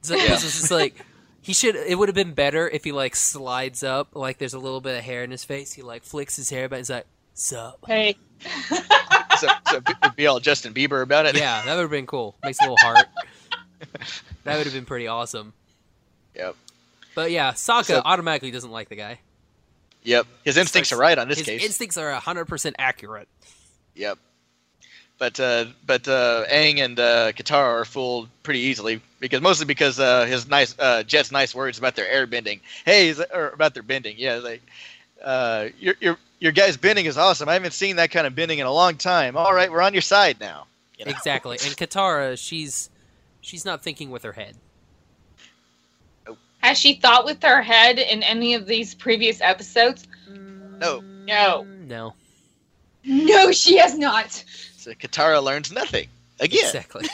[SPEAKER 3] It's like, it's just like he should. It would have been better if he like slides up, like there's a little bit of hair in his face. He like flicks his hair, but he's like, "Sup?"
[SPEAKER 7] hey."
[SPEAKER 6] so, so be, be all Justin Bieber about it.
[SPEAKER 3] Yeah, that would have been cool. Makes a little heart. that would have been pretty awesome.
[SPEAKER 6] Yep.
[SPEAKER 3] But yeah, Sokka
[SPEAKER 6] So-
[SPEAKER 3] automatically doesn't like the guy.
[SPEAKER 6] Yep. His instincts are right on this
[SPEAKER 3] his
[SPEAKER 6] case.
[SPEAKER 3] instincts are hundred percent accurate.
[SPEAKER 6] yep. But uh, but uh, Aang and uh, Katara are fooled pretty easily because mostly because uh, his nice uh, Jet's nice words about their air bending. Hey, he's- or about their bending. Yeah, like uh, your your your guy's bending is awesome. I haven't seen that kind of bending in a long time. All right, we're on your side now. You know?
[SPEAKER 3] Exactly. And Katara, she's she's not thinking with her head.
[SPEAKER 7] Has she thought with her head in any of these previous episodes?
[SPEAKER 6] No.
[SPEAKER 7] No.
[SPEAKER 3] No.
[SPEAKER 7] No, she has not.
[SPEAKER 6] So Katara learns nothing again.
[SPEAKER 3] Exactly.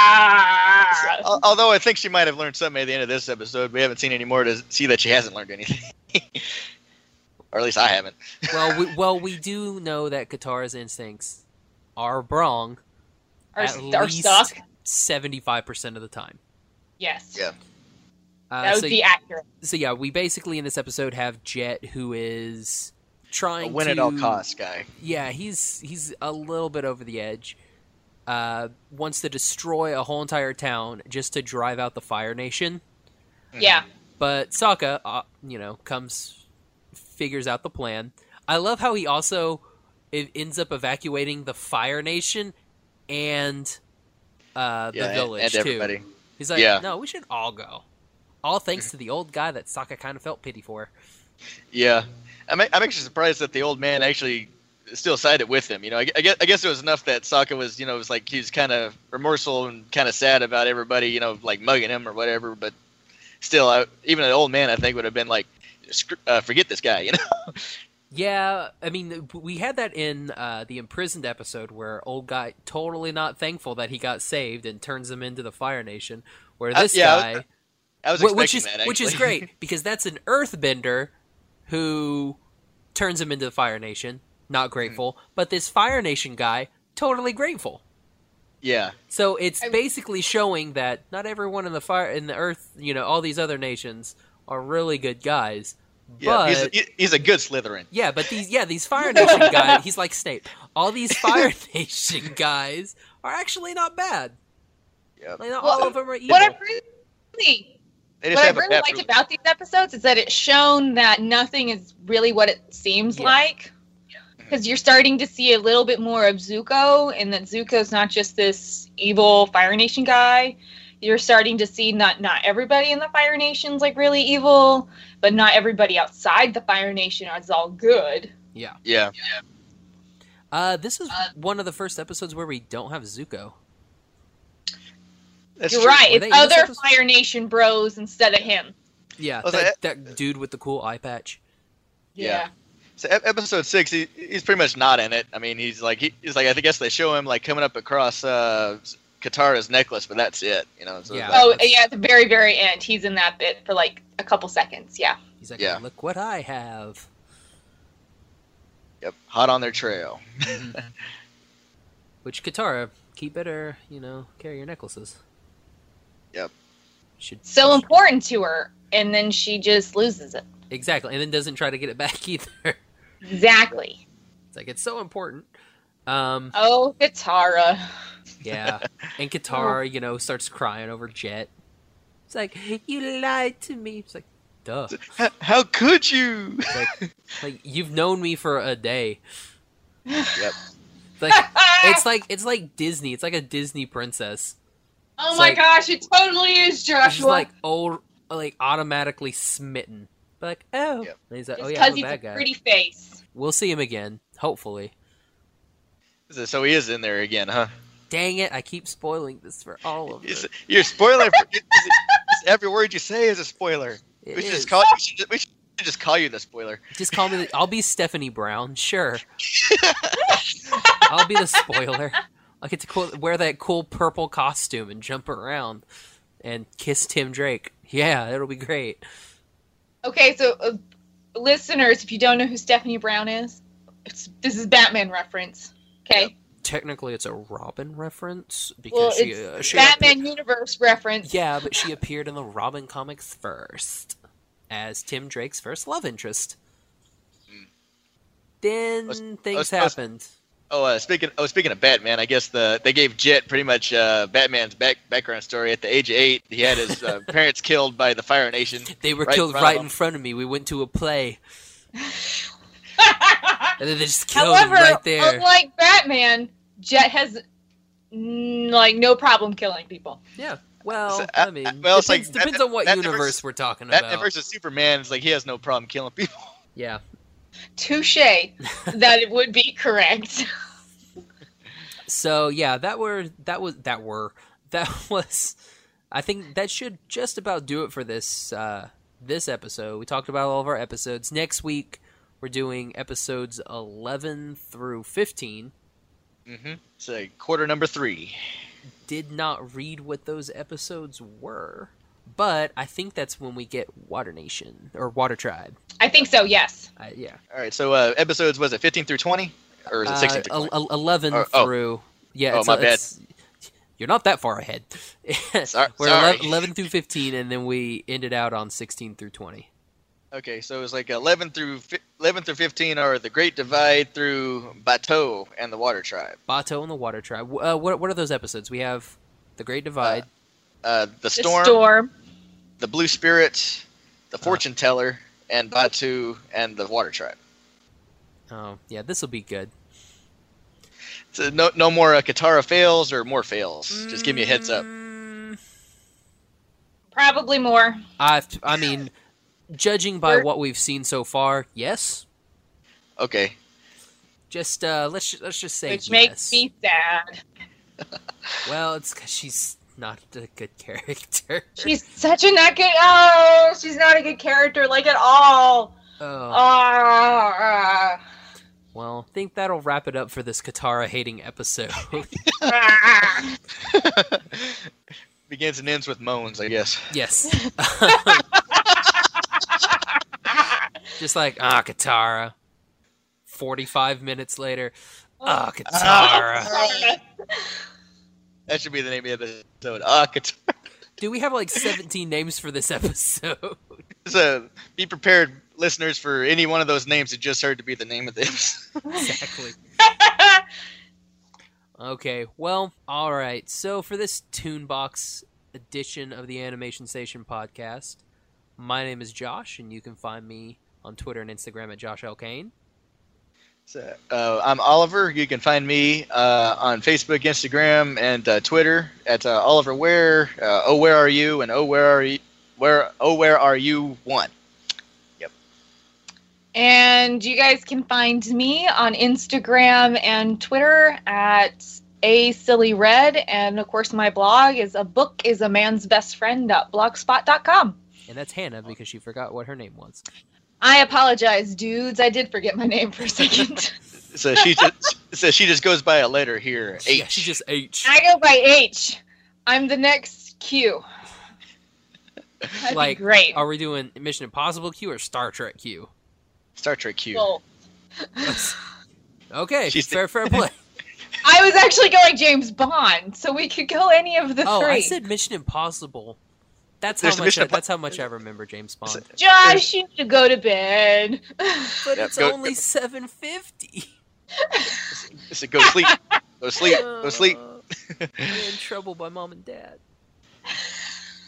[SPEAKER 7] Ah.
[SPEAKER 6] Al- Although I think she might have learned something at the end of this episode, we haven't seen any more to see that she hasn't learned anything, or at least I haven't.
[SPEAKER 3] well, we, well, we do know that Katara's instincts are wrong
[SPEAKER 7] Or,
[SPEAKER 3] at
[SPEAKER 7] or
[SPEAKER 3] least
[SPEAKER 7] suck.
[SPEAKER 3] seventy-five percent of the time.
[SPEAKER 7] Yes.
[SPEAKER 6] Yeah.
[SPEAKER 3] Uh,
[SPEAKER 7] That would
[SPEAKER 3] so,
[SPEAKER 7] be accurate.
[SPEAKER 3] so yeah, we basically in this episode have Jet, who is trying
[SPEAKER 6] win
[SPEAKER 3] to
[SPEAKER 6] at all costs guy.
[SPEAKER 3] yeah, he's he's a little bit over the edge. Uh, wants to destroy a whole entire town just to drive out the Fire Nation. Mm-hmm.
[SPEAKER 7] Yeah.
[SPEAKER 3] But Sokka, uh, you know, comes figures out the plan. I love how he also it ends up evacuating the Fire Nation and uh,
[SPEAKER 6] yeah,
[SPEAKER 3] the
[SPEAKER 6] and-
[SPEAKER 3] village
[SPEAKER 6] and,
[SPEAKER 3] too.
[SPEAKER 6] everybody.
[SPEAKER 3] He's like,
[SPEAKER 6] Yeah.
[SPEAKER 3] no, we should all go. All thanks to the old guy that Sokka kind of felt pity for.
[SPEAKER 6] Yeah, I'm, I'm actually surprised that the old man actually still sided with him. You know, I, gue- I guess I guess it was enough that Sokka was, you know, it was like he was kind of remorseful and kind of sad about everybody, you know, like mugging him or whatever. But still, I, even an old man, I think, would have been like, "Screw- uh, forget this guy. You know,
[SPEAKER 3] Yeah, I mean, we had that in uh, the imprisoned episode where old guy totally not thankful that he got saved and turns him into the Fire Nation. Where
[SPEAKER 6] Uh,
[SPEAKER 3] this
[SPEAKER 6] yeah, I
[SPEAKER 3] guy,
[SPEAKER 6] I was
[SPEAKER 3] wh-
[SPEAKER 6] expecting
[SPEAKER 3] which is
[SPEAKER 6] that. Actually.
[SPEAKER 3] which is great because that's an Earthbender who turns him into the Fire Nation, not grateful,
[SPEAKER 6] Hmm.
[SPEAKER 3] but this Fire Nation guy totally grateful.
[SPEAKER 6] yeah,
[SPEAKER 3] So it's
[SPEAKER 7] I-
[SPEAKER 3] basically showing that not everyone in the fire in the Earth, you know, all these other nations are really good guys.
[SPEAKER 6] yeah.
[SPEAKER 3] but
[SPEAKER 6] he's, a, he- he's a good Slytherin.
[SPEAKER 3] yeah, but these yeah, these Fire Nation guys, he's like Snape. All these Fire Nation guys are actually not bad.
[SPEAKER 6] Yeah.
[SPEAKER 3] Like, not
[SPEAKER 7] Well,
[SPEAKER 3] all of them are evil.
[SPEAKER 7] What I really
[SPEAKER 6] They
[SPEAKER 7] what I
[SPEAKER 6] a
[SPEAKER 7] really
[SPEAKER 6] bad
[SPEAKER 7] liked
[SPEAKER 6] ruler.
[SPEAKER 7] about these episodes is that it's shown that nothing is really what it seems
[SPEAKER 3] Yeah.
[SPEAKER 7] like. Because you're starting to see a little bit more of Zuko, and that Zuko's not just this evil Fire Nation guy. You're starting to see not not everybody in the Fire Nation's like really evil, but not everybody outside the Fire Nation is all good.
[SPEAKER 3] yeah.
[SPEAKER 6] yeah,
[SPEAKER 3] Uh, this is one of the first episodes where we don't have Zuko.
[SPEAKER 6] that's
[SPEAKER 7] you're
[SPEAKER 6] true.
[SPEAKER 7] right.
[SPEAKER 3] Were they
[SPEAKER 7] It's
[SPEAKER 3] in this
[SPEAKER 7] other
[SPEAKER 3] episode?
[SPEAKER 7] Fire Nation bros instead of him.
[SPEAKER 3] Yeah,
[SPEAKER 6] Was
[SPEAKER 3] that, that dude with the cool eye patch.
[SPEAKER 6] Yeah. So ep- episode six, he, he's pretty much not in it. I mean, he's like he, he's like I guess they show him like coming up across uh, Katara's necklace, but that's it. You know. So
[SPEAKER 3] Yeah.
[SPEAKER 6] yeah.
[SPEAKER 7] Oh
[SPEAKER 3] that's-
[SPEAKER 7] yeah, at the very very end, he's in that bit for like a couple seconds. Yeah.
[SPEAKER 3] He's like,
[SPEAKER 6] Yeah.
[SPEAKER 3] look what I have.
[SPEAKER 6] yep, hot on their trail.
[SPEAKER 3] Which Katara, keep better, you know, carry your necklaces.
[SPEAKER 6] Yep.
[SPEAKER 3] Should
[SPEAKER 7] so important to her and then she just loses it
[SPEAKER 3] exactly, and then doesn't try to get it back either. It's
[SPEAKER 7] exactly
[SPEAKER 3] like it's so important. Um,
[SPEAKER 7] oh katara
[SPEAKER 3] yeah, and
[SPEAKER 6] Oh.
[SPEAKER 3] Katara, you know, starts crying over Jet. It's like you lied to me. It's like, duh.
[SPEAKER 6] H- how could you?
[SPEAKER 3] It's like, like you've known me for a day.
[SPEAKER 6] yep.
[SPEAKER 3] It's Like it's like it's like Disney. It's like a Disney princess.
[SPEAKER 7] oh
[SPEAKER 3] It's
[SPEAKER 7] my
[SPEAKER 3] like-
[SPEAKER 7] gosh it totally is
[SPEAKER 3] She's
[SPEAKER 7] joshua
[SPEAKER 3] like old, like automatically smitten. Like oh,
[SPEAKER 6] Yep.
[SPEAKER 3] and he's like,
[SPEAKER 7] just
[SPEAKER 3] oh yeah,
[SPEAKER 7] because
[SPEAKER 3] I'm a
[SPEAKER 7] he's a
[SPEAKER 3] bad guy.
[SPEAKER 7] pretty face
[SPEAKER 3] We'll see him again, hopefully.
[SPEAKER 6] So, so he is in there again, huh?
[SPEAKER 3] Dang it! I keep spoiling this for all of
[SPEAKER 6] He's-
[SPEAKER 3] us.
[SPEAKER 6] you're spoiling. For, it's- it's- every word you say is a spoiler.
[SPEAKER 3] It
[SPEAKER 6] we should
[SPEAKER 3] is.
[SPEAKER 6] just call. We should, we should just call you the spoiler.
[SPEAKER 3] Just call me. The, I'll be Stephanie Brown. Sure. I'll be the spoiler. I get to cool, wear that cool purple costume and jump around and kiss Tim Drake. Yeah, it'll be great.
[SPEAKER 7] okay so uh, listeners if you don't know who stephanie brown is it's, this is batman reference okay
[SPEAKER 3] Technically, it's a Robin reference because
[SPEAKER 7] well
[SPEAKER 3] she,
[SPEAKER 7] it's
[SPEAKER 3] uh, she
[SPEAKER 7] batman universe reference
[SPEAKER 3] Yeah, but she appeared in the Robin comics first as Tim Drake's first love interest. Then
[SPEAKER 6] Was-
[SPEAKER 3] things
[SPEAKER 6] was- was-
[SPEAKER 3] happened.
[SPEAKER 6] Oh, uh, speaking. Oh, speaking of Batman, I guess the they gave Jet pretty much uh, Batman's back, background story. At the age of eight, he had his uh, parents killed by the Fire Nation.
[SPEAKER 3] They were
[SPEAKER 6] right in
[SPEAKER 3] killed
[SPEAKER 6] front of
[SPEAKER 3] right
[SPEAKER 6] him.
[SPEAKER 3] in front of me. We went to a play, and then they just killed
[SPEAKER 7] however
[SPEAKER 3] him right there.
[SPEAKER 7] unlike batman jet has mm, like no problem killing people
[SPEAKER 3] Yeah. Well,
[SPEAKER 6] So, uh,
[SPEAKER 3] I mean,
[SPEAKER 6] well, it's
[SPEAKER 3] depends,
[SPEAKER 6] like that-
[SPEAKER 3] depends on what
[SPEAKER 6] that
[SPEAKER 3] universe
[SPEAKER 6] versus-
[SPEAKER 3] we're talking about.
[SPEAKER 6] Batman versus Superman is like he has no problem killing people.
[SPEAKER 3] Yeah.
[SPEAKER 7] touche that it would be correct
[SPEAKER 3] So yeah, that were that was that were that was. I think that should just about do it for this uh, this episode. We talked about all of our episodes. Next week we're doing episodes eleven through fifteen.
[SPEAKER 6] Mm-hmm. It's like quarter number three.
[SPEAKER 3] Did not read what those episodes were, but I think that's when we get Water Nation or Water Tribe.
[SPEAKER 7] I think so, yes.
[SPEAKER 3] I, yeah.
[SPEAKER 6] All right, so uh, episodes was it fifteen through twenty, or is it
[SPEAKER 3] Uh,
[SPEAKER 6] sixteen through
[SPEAKER 3] el-
[SPEAKER 6] 20?
[SPEAKER 3] el- 11
[SPEAKER 6] Oh, oh.
[SPEAKER 3] through. Yeah,
[SPEAKER 6] Oh,
[SPEAKER 3] it's, uh,
[SPEAKER 6] my
[SPEAKER 3] it's- You're not that far ahead.
[SPEAKER 6] Sorry-
[SPEAKER 3] We're ele-
[SPEAKER 6] sorry.
[SPEAKER 3] 11 through 15, and then we ended out on 16 through 20.
[SPEAKER 6] Okay, so it's like 11 through fi- 11 through 15 are the Great Divide through Bateau and the Water Tribe.
[SPEAKER 3] Bato and the Water Tribe. Wh- Uh, what, what are those episodes? We have The Great Divide.
[SPEAKER 6] Uh, the Storm, Uh.
[SPEAKER 7] The storm.
[SPEAKER 6] the Blue Spirit, the Fortune Teller, and Batu and the Water Tribe.
[SPEAKER 3] oh, yeah, this will be good.
[SPEAKER 6] So no, no more uh, Katara fails or more fails. Just give me a heads up.
[SPEAKER 3] Mm,
[SPEAKER 7] Probably more.
[SPEAKER 3] I've, t- I mean, judging by
[SPEAKER 7] We're-
[SPEAKER 3] what we've seen so far, yes.
[SPEAKER 6] Okay,
[SPEAKER 3] Just uh, let's ju- let's just say
[SPEAKER 7] Which
[SPEAKER 3] yes.
[SPEAKER 7] makes me sad.
[SPEAKER 3] Well, it's because she's not a good character.
[SPEAKER 7] She's such a not good. Oh, she's not a good character, like at all.
[SPEAKER 3] Oh,
[SPEAKER 7] Ah,
[SPEAKER 3] well, I think that'll wrap it up for this Katara hating episode.
[SPEAKER 7] ah, ah.
[SPEAKER 6] begins and ends with moans, I guess.
[SPEAKER 3] yes. Just like ah, Katara. Forty-five minutes later, ah, Katara.
[SPEAKER 6] That should be the name of the episode. Ah, Katara.
[SPEAKER 3] Do we have like seventeen names for this episode?
[SPEAKER 6] So be prepared, listeners, for any one of those names you just heard to be the name of this.
[SPEAKER 3] exactly. okay, well, all right. So for this Toonbox edition of the Animation Station podcast, my name is Josh, and you can find me on Twitter and Instagram at Josh L. Kane.
[SPEAKER 6] so, uh, I'm Oliver. You can find me uh, on Facebook, Instagram, and uh, Twitter at uh, Oliver Where. Uh, oh, where are you? And oh, where are you? Where? Oh, where are you? One.
[SPEAKER 7] And you guys can find me on Instagram and Twitter at a silly red and of course my blog is a book is a man's best friend blogspot.com
[SPEAKER 3] And that's Hannah because she forgot what her name was.
[SPEAKER 7] i apologize dudes i did forget my name for a second
[SPEAKER 6] So she just so she just goes by a letter here.
[SPEAKER 3] Yeah,
[SPEAKER 6] H.
[SPEAKER 3] she just H.
[SPEAKER 7] i go by h i'm the next q That'd be
[SPEAKER 3] Like,
[SPEAKER 7] great
[SPEAKER 3] Are we doing Mission Impossible Q or Star Trek Q?
[SPEAKER 6] Star Trek Q.
[SPEAKER 7] Well,
[SPEAKER 3] Okay,
[SPEAKER 6] She's the-
[SPEAKER 3] fair, fair play.
[SPEAKER 7] i was actually going james bond so we could go any of the
[SPEAKER 3] oh,
[SPEAKER 7] three.
[SPEAKER 3] I said Mission Impossible. That's
[SPEAKER 6] There's
[SPEAKER 3] how
[SPEAKER 6] a
[SPEAKER 3] much.
[SPEAKER 6] Mission
[SPEAKER 3] I,
[SPEAKER 6] Impo-
[SPEAKER 3] that's how much I remember James Bond.
[SPEAKER 7] josh you need to go to bed
[SPEAKER 3] But
[SPEAKER 6] Yeah,
[SPEAKER 3] it's
[SPEAKER 6] go-
[SPEAKER 3] only seven fifty.
[SPEAKER 6] So go sleep. go sleep. Go sleep.
[SPEAKER 3] We're Uh, in trouble by mom and dad.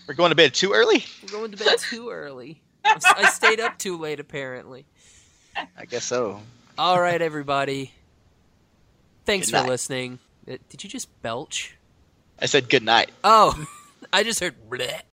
[SPEAKER 6] We're going to bed too early.
[SPEAKER 3] We're going to bed too early. I'm s- I stayed up too late, apparently.
[SPEAKER 6] I guess so.
[SPEAKER 3] All right, everybody. Thanks
[SPEAKER 6] Good
[SPEAKER 3] for
[SPEAKER 6] night.
[SPEAKER 3] listening. Uh, Did you just belch?
[SPEAKER 6] I said good night.
[SPEAKER 3] Oh, I just heard bleh.